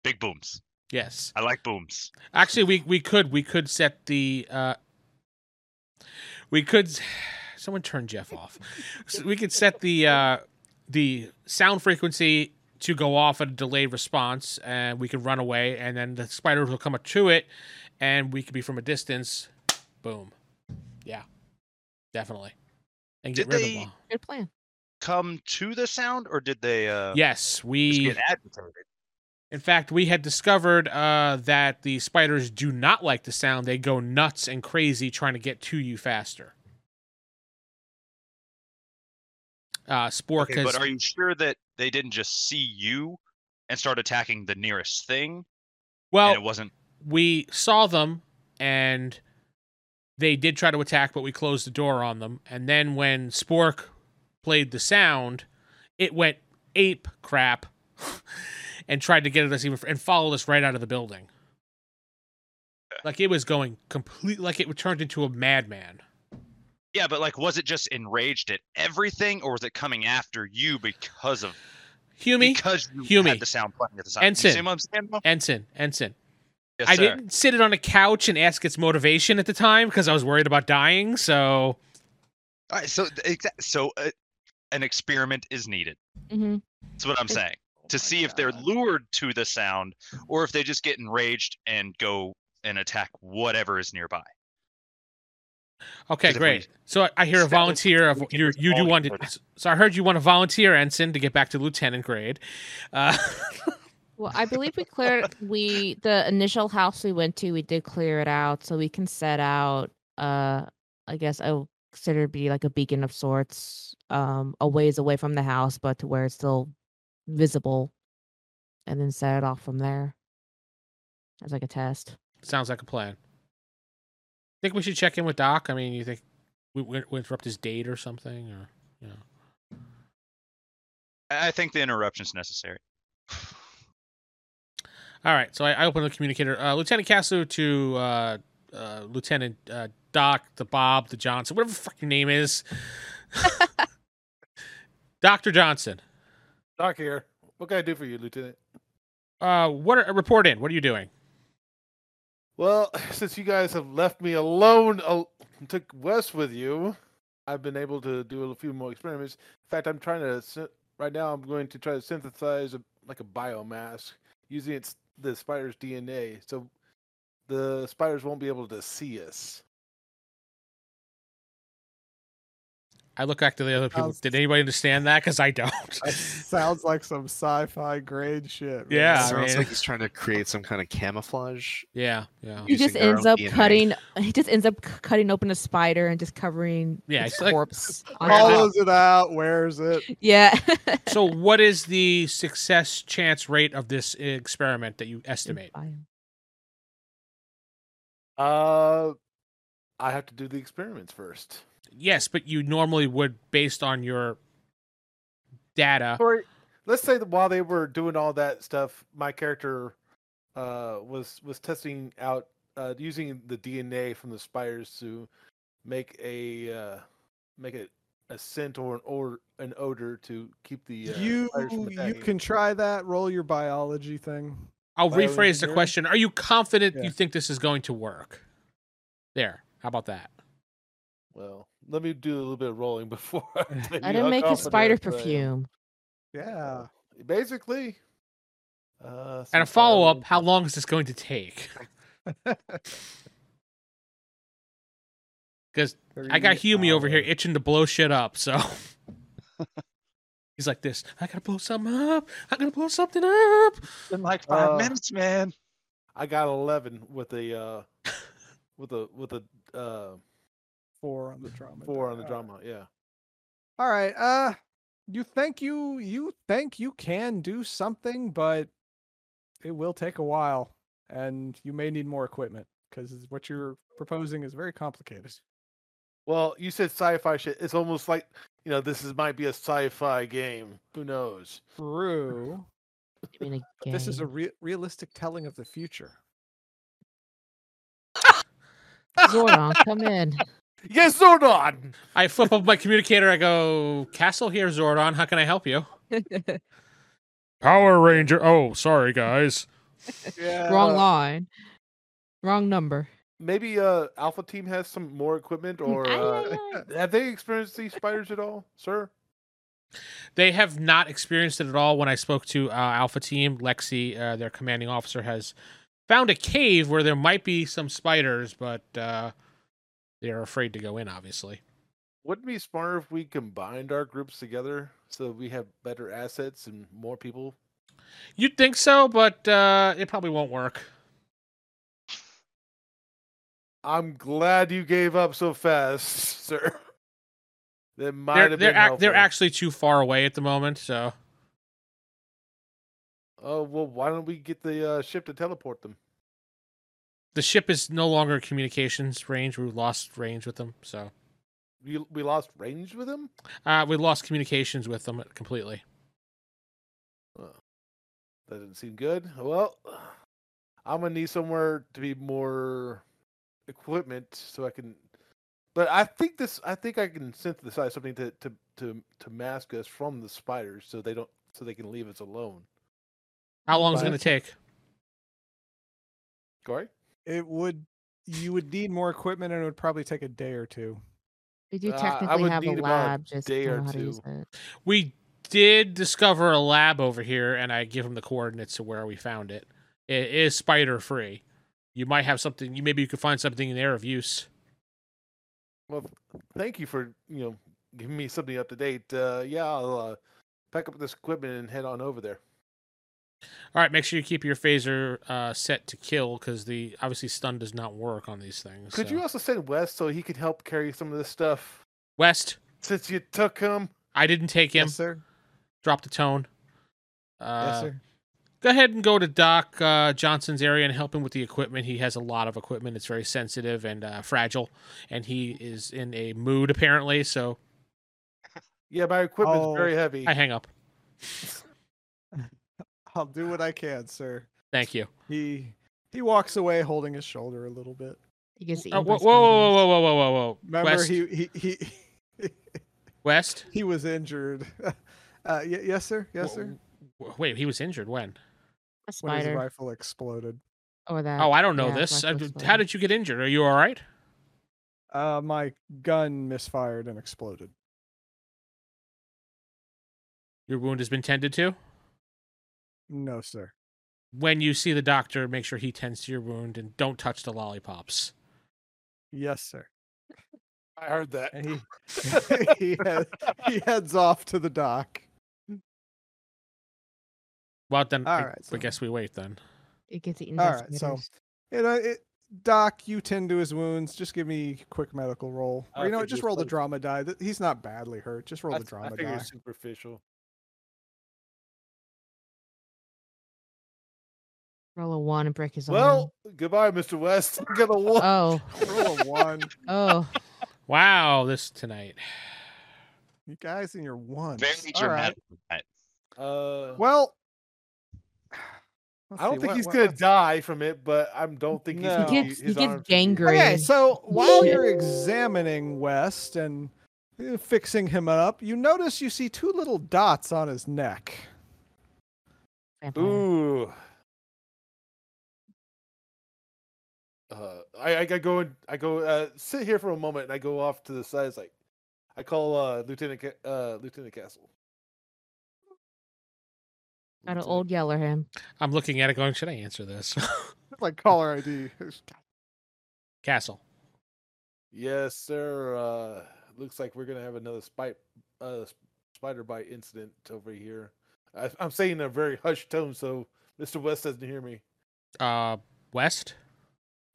Big booms.
Yes.
I like booms.
Actually, we we could we could set the uh we could someone turn Jeff off. So we could set the uh the sound frequency to go off at a delayed response and we could run away and then the spiders will come up to it and we could be from a distance. Boom. Yeah. Definitely. And get
Did
rid
they-
of them all.
Good plan.
Come to the sound, or did they? Uh,
Yes,
just
we
get agitated.
In fact, we had discovered uh, that the spiders do not like the sound. They go nuts and crazy trying to get to you faster. Uh, Spork
Okay,
has.
but are you sure that they didn't just see you and start attacking the nearest thing?
well,
and it wasn't.
we saw them and they did try to attack, but we closed the door on them. And then when Spork played the sound, it went ape crap and tried to get at us even and followed us right out of the building. Like it was going complete, like it turned into a madman.
Yeah, but like, was it just enraged at everything, or was it coming after you because of
Humie,
because you
Hume.
had the sound playing at the sound?
Ensign.
You see what I'm saying, though?
Ensign, Ensign.
Yes,
I
sir.
didn't sit it on a couch and ask its motivation at the time because I was worried about dying. So
All right, so th- exa- so uh, an experiment is needed.
hmm
That's what I'm
It-
saying. To see if they're lured to the sound, or if they just get enraged and go and attack whatever is nearby.
okay,
Because if we
great. So I, I hear a
step
volunteer of
we can
you.
just
You do
all
want
get
to. So I heard you want to volunteer, Ensign, to get back to lieutenant grade. Uh,
Well, I believe we cleared we the initial house we went to. We did clear it out, so we can set out. Uh, I guess I would consider it be like a beacon of sorts, um, a ways away from the house, but to where it's still visible, and then set it off from there as like a test.
sounds like a plan. Think we should check in with Doc. I mean, you think we, we, we interrupt his date or something, or you know?
I I think the interruption's necessary.
All right, so I, I open the communicator. Uh, Lieutenant Casu to uh, uh, Lieutenant uh, Doc, the Bob, the Johnson, whatever the fuck your name is. Dr. Johnson,
Doc here. What can I do for you, Lieutenant?
uh, what are, report in. What are you doing?
Well, since you guys have left me alone, al- took Wes with you, I've been able to do a few more experiments. In fact, I'm trying to syn- right now. I'm going to try to synthesize a, like a biomask using its the spider's DNA, so the spiders won't be able to see us.
I look back to the other people.
Sounds-
Did anybody understand that? Because I don't.
sounds like some sci-fi grade shit. man.
Yeah, I
Sounds
mean-
like he's trying to create some kind of camouflage.
yeah, yeah,
He
Using
just
their
ends
own
up
DNA.
cutting. He just ends up c- cutting open a spider and just covering
yeah.
its
it's like-
corpse. on top.
Hollows it out, wears it.
yeah.
so, what is the success chance rate of this experiment that you estimate?
Fine.
Uh, I have to do the experiments first.
Yes, but you normally would based on your data.
Sorry, let's say that while they were doing all that stuff, my character uh, was was testing out uh, using the DNA from the spiders to make a uh, make a, a scent or an or an odor to keep the uh,
you
spiders from
you
attacking.
can try that. Roll your biology thing.
I'll rephrase the
Bioengineering?
question. Are you confident
Yeah.
you think this is going to work? There. How about that?
Well, let me do a little bit of rolling before. I tell
Let
you
him
how
make his spider
confident I am.
perfume.
Yeah.
Basically. Uh,
And a
since I
follow up,
rolled-
how long is this going to take? Because I got Hume over here itching to blow shit up, so he's like this. I gotta blow something up. I gotta blow something up.
been like
five Uh,
minutes, man.
I got eleven with a uh, with a with a uh,
Four on the drama.
four
die.
on the
All right.
drama. Yeah.
All right. Uh you think you you think you can do something, but it will take a while and you may need more equipment because what you're proposing is very complicated.
Well, you said sci-fi shit. It's almost like you know, this is might be a sci-fi game. Who knows?
True.
I mean, a
This is a
game.
re- realistic telling of the future.
Zordon, come in.
Yes, Zordon.
I flip up my communicator. I go, Castle here, Zordon. How can I help you? Power Ranger. Oh, sorry, guys.
Yeah.
Uh,
Wrong line. Wrong number.
Maybe uh, Alpha Team has some more equipment, or
Ay,
uh,
ay, ay.
have they experienced these spiders at all, sir?
They have not experienced it at all. When I spoke to uh, Alpha Team, Lexi, uh, their commanding officer, has found a cave where there might be some spiders, but uh, they are afraid to go in, obviously.
Wouldn't it be smarter if we combined our groups together so we have better assets and more people?
You'd think so, but uh, it probably won't work.
I'm glad you gave up so fast, sir. That might
They're,
have
they're,
been
ac- they're
helpful.
actually too far away at the moment, so.
Oh well, why don't we get the uh, ship to teleport them?
the ship is no longer communications range. We lost range with them, so
We we lost range with them.
uh, we lost communications with them completely.
That didn't seem good. Well, I'm gonna need somewhere to be more equipment so I can. But I think this. I think I can synthesize something to to to, to mask us from the spiders, so they don't. So they can leave us alone.
How long is it
Right.
going to take?
Corey,
It would. You would need more equipment, and it would probably take a day or two.
We do
Uh, I
technically
would
have a
need about a
lab, just
day
don't
or
know how to use
two.
it.
We did discover a lab over here, and I give them the coordinates to where we found it. It is spider free. You might have something. You maybe you could find something in there of use.
thank you for you know giving me something up to date. Uh, yeah, I'll uh, pack up this equipment and head on over there.
All right, make sure you keep your phaser uh, set to kill because the obviously stun does not work on these things.
Could
so.
uh,
you also send Wes so he could help carry some of this stuff
West?
since you took him?
I didn't take him.
Yes, sir.
Drop the tone. Uh,
yes, sir.
go ahead and go to Doc uh, Johnson's area and help him with the equipment. He has a lot of equipment. It's very sensitive and uh, fragile, and he is in a mood apparently. So
Yeah, my equipment's
Oh,
very heavy.
I hang up.
I'll do what I can, sir.
Thank you.
He he walks away holding his shoulder a little bit.
He gets
Uh,
eaten by
whoa, whoa, whoa,
spiders.
whoa, whoa, whoa, whoa, whoa.
Remember,
West,
he he he
West.
he was injured. Uh, y- yes, sir. Yes, sir.
W- w- Wait, he was injured when?
A
When his
spider
rifle exploded,
or that.
Oh, I don't know
Uh, yeah,
this.
rifle
I- how
spider.
did you get injured? Are you all right?
uh, my gun misfired and exploded.
Your wound has been tended to.
No, sir.
When you see the doctor, make sure he tends to your wound and don't touch the lollipops.
Yes, sir.
I heard that.
And he he, head, he heads off to the dock.
Well, then I,
All right,
I
so-
guess we wait then.
It gets eaten.
All
by
right, so
spiders.
you know, it, Doc, you tend to his wounds. Just give me a quick medical roll.
I
Or, you know, what,
figured
just roll the
so.
drama die. Th- He's not badly hurt. Just roll
I
the
th- I
drama
figured
die.
it's superficial.
roll a one and break his
Well, goodbye, Mr. West. Get a
Uh,
walk.
arm. Oh,
roll a one.
oh,
Wow, this tonight.
You guys and your ones.
Very
All right.
dramatic.
Uh,
Well, let's
I don't
see,
think
what-
he's
what-
gonna
what-
die from it, but I don't think he's.
No.
gonna
He
be-
gets- he
his
gets
arms gonna be-
gangrene.
Okay,
Green.
so while
Shit.
you're examining West and uh, fixing him up, you notice you see two little dots on his neck. Oh.
vampire.
Ooh. Uh, I, I gotta go and I go uh, sit here for a moment, and I go off to the side. It's like I call uh, Lieutenant Ca- uh, Lieutenant Castle.
got an
Lieutenant-
old yeller him.
I'm looking at it going, should I answer this?
Like caller ID.
Castle.
Yes, sir. Uh, looks like we're gonna have another spite, uh, s- spider bite incident over here. I, I'm saying in a very hushed tone, so Mr. West doesn't hear me.
Uh, West.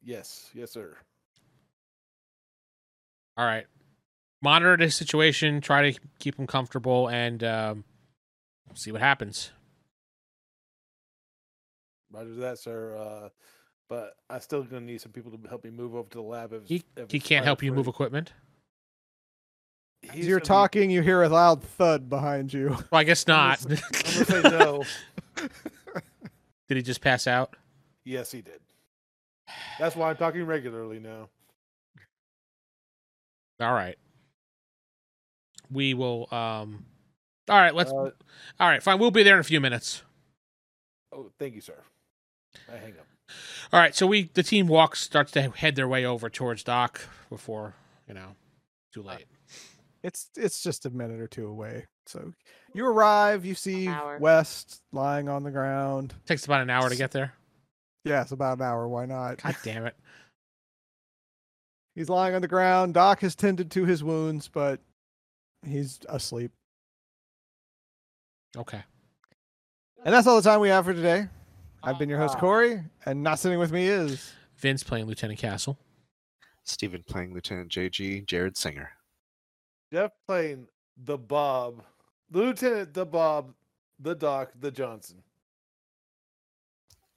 Yes, yes, sir.
All right. Monitor the situation. Try to keep him comfortable and um, see what happens.
Roger that, sir. Uh, but I still gonna need some people to help me move over to the lab. If,
He
if
he
it's
can't help you move
spider-free.
equipment.
As
he's
you're
gonna
talking, you hear a loud thud behind you.
Well, I guess not.
I'm be- I'm gonna say no.
Did he just pass out?
yes, he did. That's why I'm talking regularly now.
All right. We will. um All right. Let's.
Uh,
all right. Fine. We'll be there in a few minutes.
oh, thank you, sir. I hang up.
All right, so we the team walks starts to head their way over towards Doc before you know too late.
Uh,
It's it's just a minute or two away. So you arrive, you see
hour.
West lying on the ground.
takes about an hour to get there.
Yes, about an hour. Why not?
God damn it!
He's lying on the ground. Doc has tended to his wounds, but he's asleep.
Okay,
And that's all the time we have for today. I've been your host,
Ah.
Corey, and not sitting with me is.
Vince playing Lieutenant Castle.
Stephen playing Lieutenant JG, Jared Singer.
Jeff playing the Bob, Lieutenant the Bob, the Doc, the Johnson.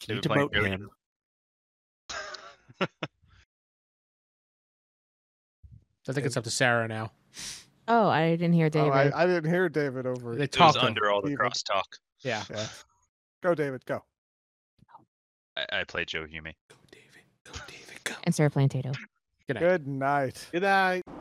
Can you
Stephen
demote
playing Jared.
him?
I think it's up to Sarah now.
Oh, I didn't hear
Oh,
David.
I, I didn't hear David over.
They
It was
talk.
under all the
Stephen.
crosstalk.
Yeah.
Yeah. Go, David. Go.
I, I played Joe Hume.
Go David. Go David. Go.
and Sarah Plantato.
Night.
Good night.
Good night.